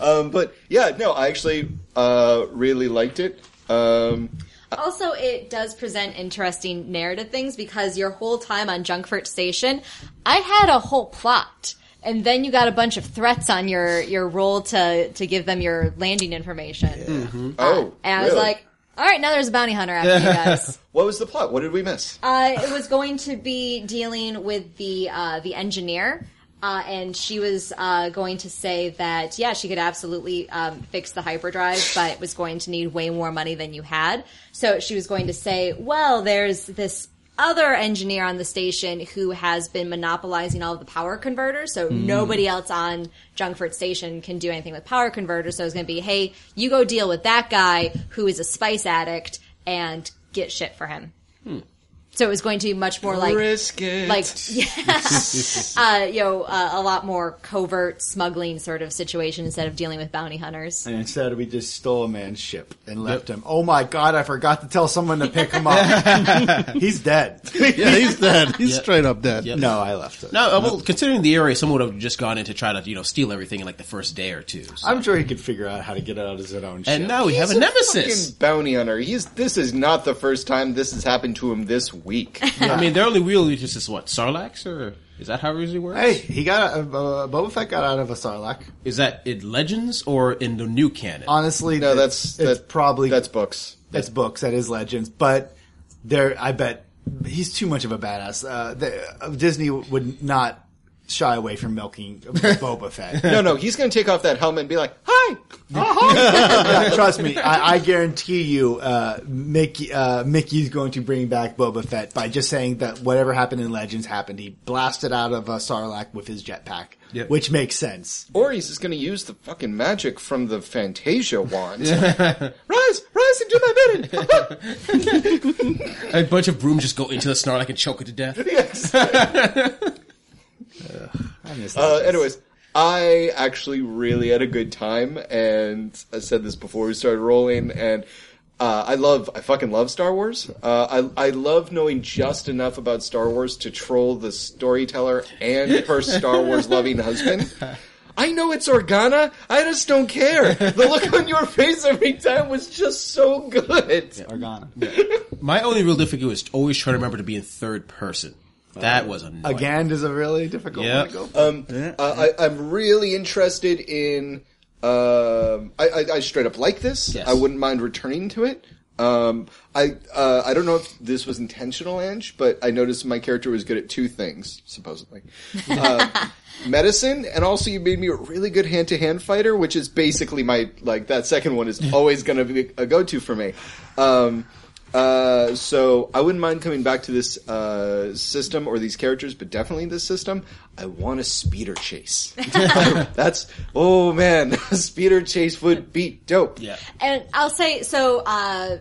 um, but yeah, no, I actually uh, really liked it. Um,
Also, it does present interesting narrative things because your whole time on Junkfort Station, I had a whole plot. And then you got a bunch of threats on your, your roll to, to give them your landing information.
oh,
And I was
really?
like, all right, now there's a bounty hunter after
<laughs>
you guys.
"What was the plot? What did we miss?"
Uh, it was going to be dealing with the uh, the engineer, uh, and she was uh, going to say that yeah, she could absolutely um, fix the hyperdrive, but was going to need way more money than you had. So she was going to say, well, there's this other engineer on the station who has been monopolizing all of the power converters, so nobody else on Junkford Station can do anything with power converters. So it's going to be, hey, you go deal with that guy who is a spice addict and get shit for him. So it was going to be much more like like yeah, uh, you know, uh, a lot more covert smuggling sort of situation instead of dealing with bounty hunters.
And instead we just stole a man's ship and left him. Oh my God. I forgot to tell someone to pick him
<laughs>
up. He's dead.
yeah, he's dead. He's straight up dead.
No, I left it.
No, uh, well, considering the area, someone would have just gone in to try to, you know, steal everything in like the first day or two. So-
I'm sure he could figure out how to get out of his own ship.
and now we have a nemesis.
Fucking bounty hunter. He's. This is
<laughs>
not the first time this has happened to him this week.
I mean, their only real nemesis is what Sarlax or Is that how it usually works?
Hey, he got a, uh, Boba Fett got out of a Sarlacc.
Is that in Legends or in the new canon?
Honestly,
No,
that's it's probably that's
books.
That's books. That is legends, but there, I bet he's too much of a badass. Uh, the, uh, Disney would not shy away from milking <laughs> Boba Fett.
<laughs> no, no, he's going to take off that helmet and be like,
<laughs>
"Hi,
Yeah, trust me, I, I guarantee you, uh, Mickey, uh, Mickey's going to bring back Boba Fett by just saying that whatever happened in Legends happened. He blasted out of a Sarlacc with his jetpack,
Yep.
which makes sense.
Or he's just going to use the fucking magic from the Fantasia wand. rise, rise and do my bidding.
A bunch of brooms just go into the Snarlack and choke it to death.
uh, anyways, I actually really had a good time, and I said this before we started rolling, and uh, I love, I fucking love Star Wars. Uh, I I love knowing just enough about Star Wars to troll the storyteller and her Star Wars loving husband. I know it's Organa. I just don't care. The look on your face every time was just so good.
Organa.
My only real difficulty was always trying to remember to be in third person. That was annoying.
Again, is a really difficult
Yeah.
one to go. for.
Um, I, I, I'm really interested in. Um, I, I, I straight up like this.
Yes.
I wouldn't mind returning to it. Um, I uh, I don't know if this was intentional, Ange, but I noticed my character was good at two things supposedly, Um medicine, and also you made me a really good hand to hand fighter, which is basically my like that second one
<laughs>
is always going to be a go to for me. Um, uh, so I wouldn't mind coming back to this uh, system or these characters, but definitely this system. I want a
<laughs>
speeder chase. <laughs> That's oh man, <laughs> a speeder chase would be dope.
Yeah.
And I'll say so. Uh,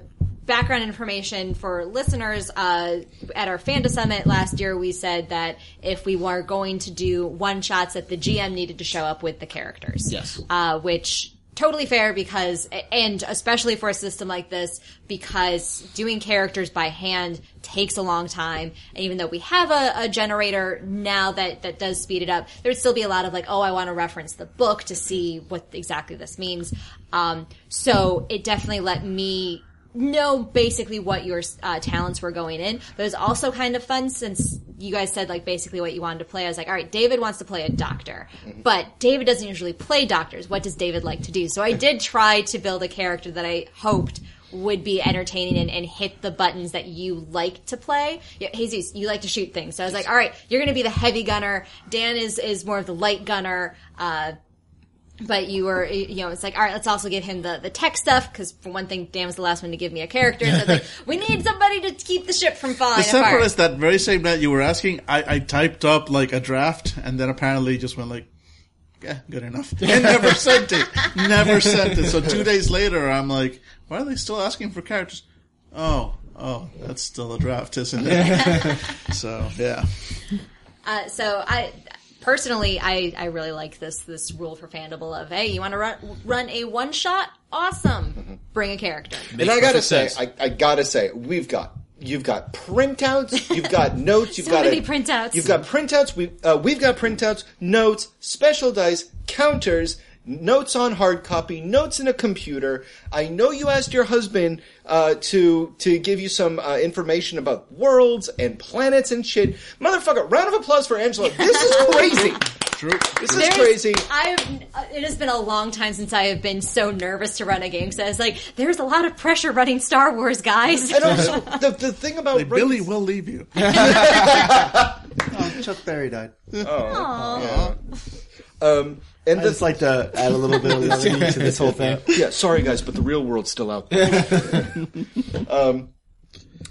background information for listeners: uh, at our Fanda Summit last year, we said that if we were going to do one shots, that the GM needed to show up with the characters.
Yes.
uh, which totally fair because, and especially for a system like this, because doing characters by hand takes a long time. And even though we have a, a generator now that, that does speed it up, there'd still be a lot of like, oh, I want to reference the book to see what exactly this means. Um, so it definitely let me know basically what your uh, talents were going in. But it was also kind of fun since you guys said like basically what you wanted to play. I was like, all right, David wants to play a doctor, but David doesn't usually play doctors. What does David like to do? So I did try to build a character that I hoped would be entertaining and, and hit the buttons that you like to play. Yeah, Jesus, you like to shoot things. So I was like, all right, you're going to be the heavy gunner. Dan is, is more of the light gunner. Uh, but you were, you know, it's like, all right, let's also give him the, the tech stuff, because for one thing, Dan was the last one to give me a character. So it's
<laughs>
like, we need somebody to keep the ship from falling
The sad
apart.
part is that very same night you were asking, I, I typed up like a draft, and then apparently just went like, yeah, good enough. <laughs> And never sent it. Never sent it. So two days later, I'm like, why are they still asking for characters? Oh, oh, that's still a draft, isn't it? so yeah,
Uh, so I personally, I, I really like this this rule for Fandible of hey, you want to run run a one shot? Awesome, bring a character.
and I gotta
perfect
say,
sense.
I, I gotta say, we've got you've got printouts, you've got <laughs> notes, you've
So
got
many printouts.
you've got printouts. We uh, we've got printouts, notes, special dice, counters. Notes on hard copy, notes in a computer. I know you asked your husband uh, to to give you some uh, information about worlds and planets and shit. Motherfucker, round of applause for Angela. This is crazy.
True.
This is crazy.
I've it has been a long time since I have been so nervous to run a game. So it's like there's a lot of pressure running Star Wars, guys.
And also the the thing about
Like, Billy will leave you.
Chuck Berry died.
Oh. Um, and
I
the-
just like to add a little bit of levity to this whole thing.
yeah, sorry guys, but the real world's still out there. um,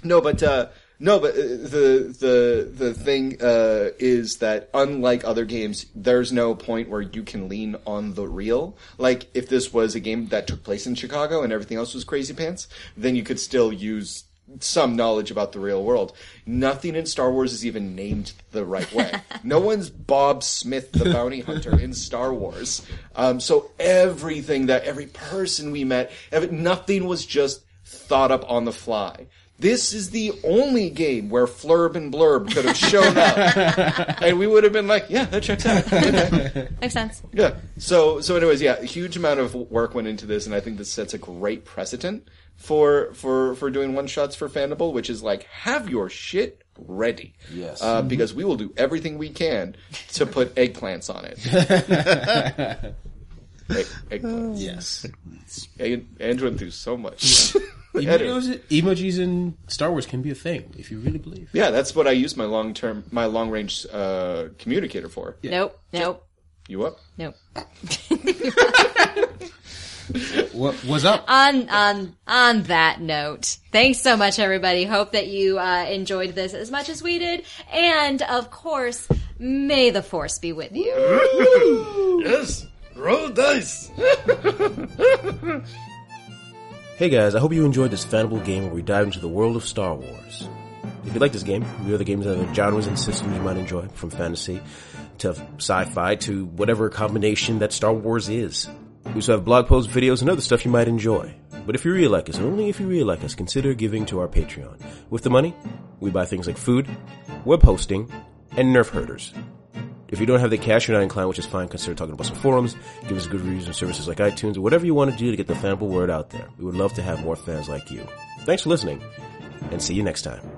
no, but uh, no, but uh, the the the thing uh, is that unlike other games, there's no point where you can lean on the real. Like if this was a game that took place in Chicago and everything else was crazy pants, then you could still use some knowledge about the real world. Nothing in Star Wars is even named the right way. no one's Bob Smith the bounty hunter in Star Wars. Um, so everything that every person we met, ev- nothing was just thought up on the fly. This is the only game where Flurb and Blurb could have shown up, and we would have been like, "Yeah, that checks out."
Makes sense.
Yeah. So so anyways, yeah, a huge amount of work went into this and I think this sets a great precedent for for for doing one shots for Fandible, which is like have your shit ready.
Yes.
Uh,
Mhm.
Because we will do everything we can to put <laughs> eggplants on it. Egg,
<sighs>
eggplants.
Yes.
Egg, Andrew went through so much. <laughs> Anyway.
Emojis, emojis in Star Wars can be a thing if you really believe.
Yeah, that's what I use my long term, my long range uh, communicator for.
Nope. Nope.
You up?
Nope.
What was up?
on on on that note thanks so much everybody hope that you uh, enjoyed this as much as we did and of course may the force be with you
yes, roll dice.
Hey guys, I hope you enjoyed this fanable game where we dive into the world of Star Wars. If you like this game, we other games other genres and systems you might enjoy, from fantasy to sci-fi to whatever combination that Star Wars is. We also have blog posts, videos, and other stuff you might enjoy. But if you really like us, and only if you really like us, consider giving to our Patreon. With the money, we buy things like food, web hosting, and nerf herders. If you don't have the cash, you're not inclined, which is fine. Consider talking to us on forums. Give us good reviews and services like iTunes or whatever you want to do to get the fanable word out there. We would love to have more fans like you. Thanks for listening, and see you next time.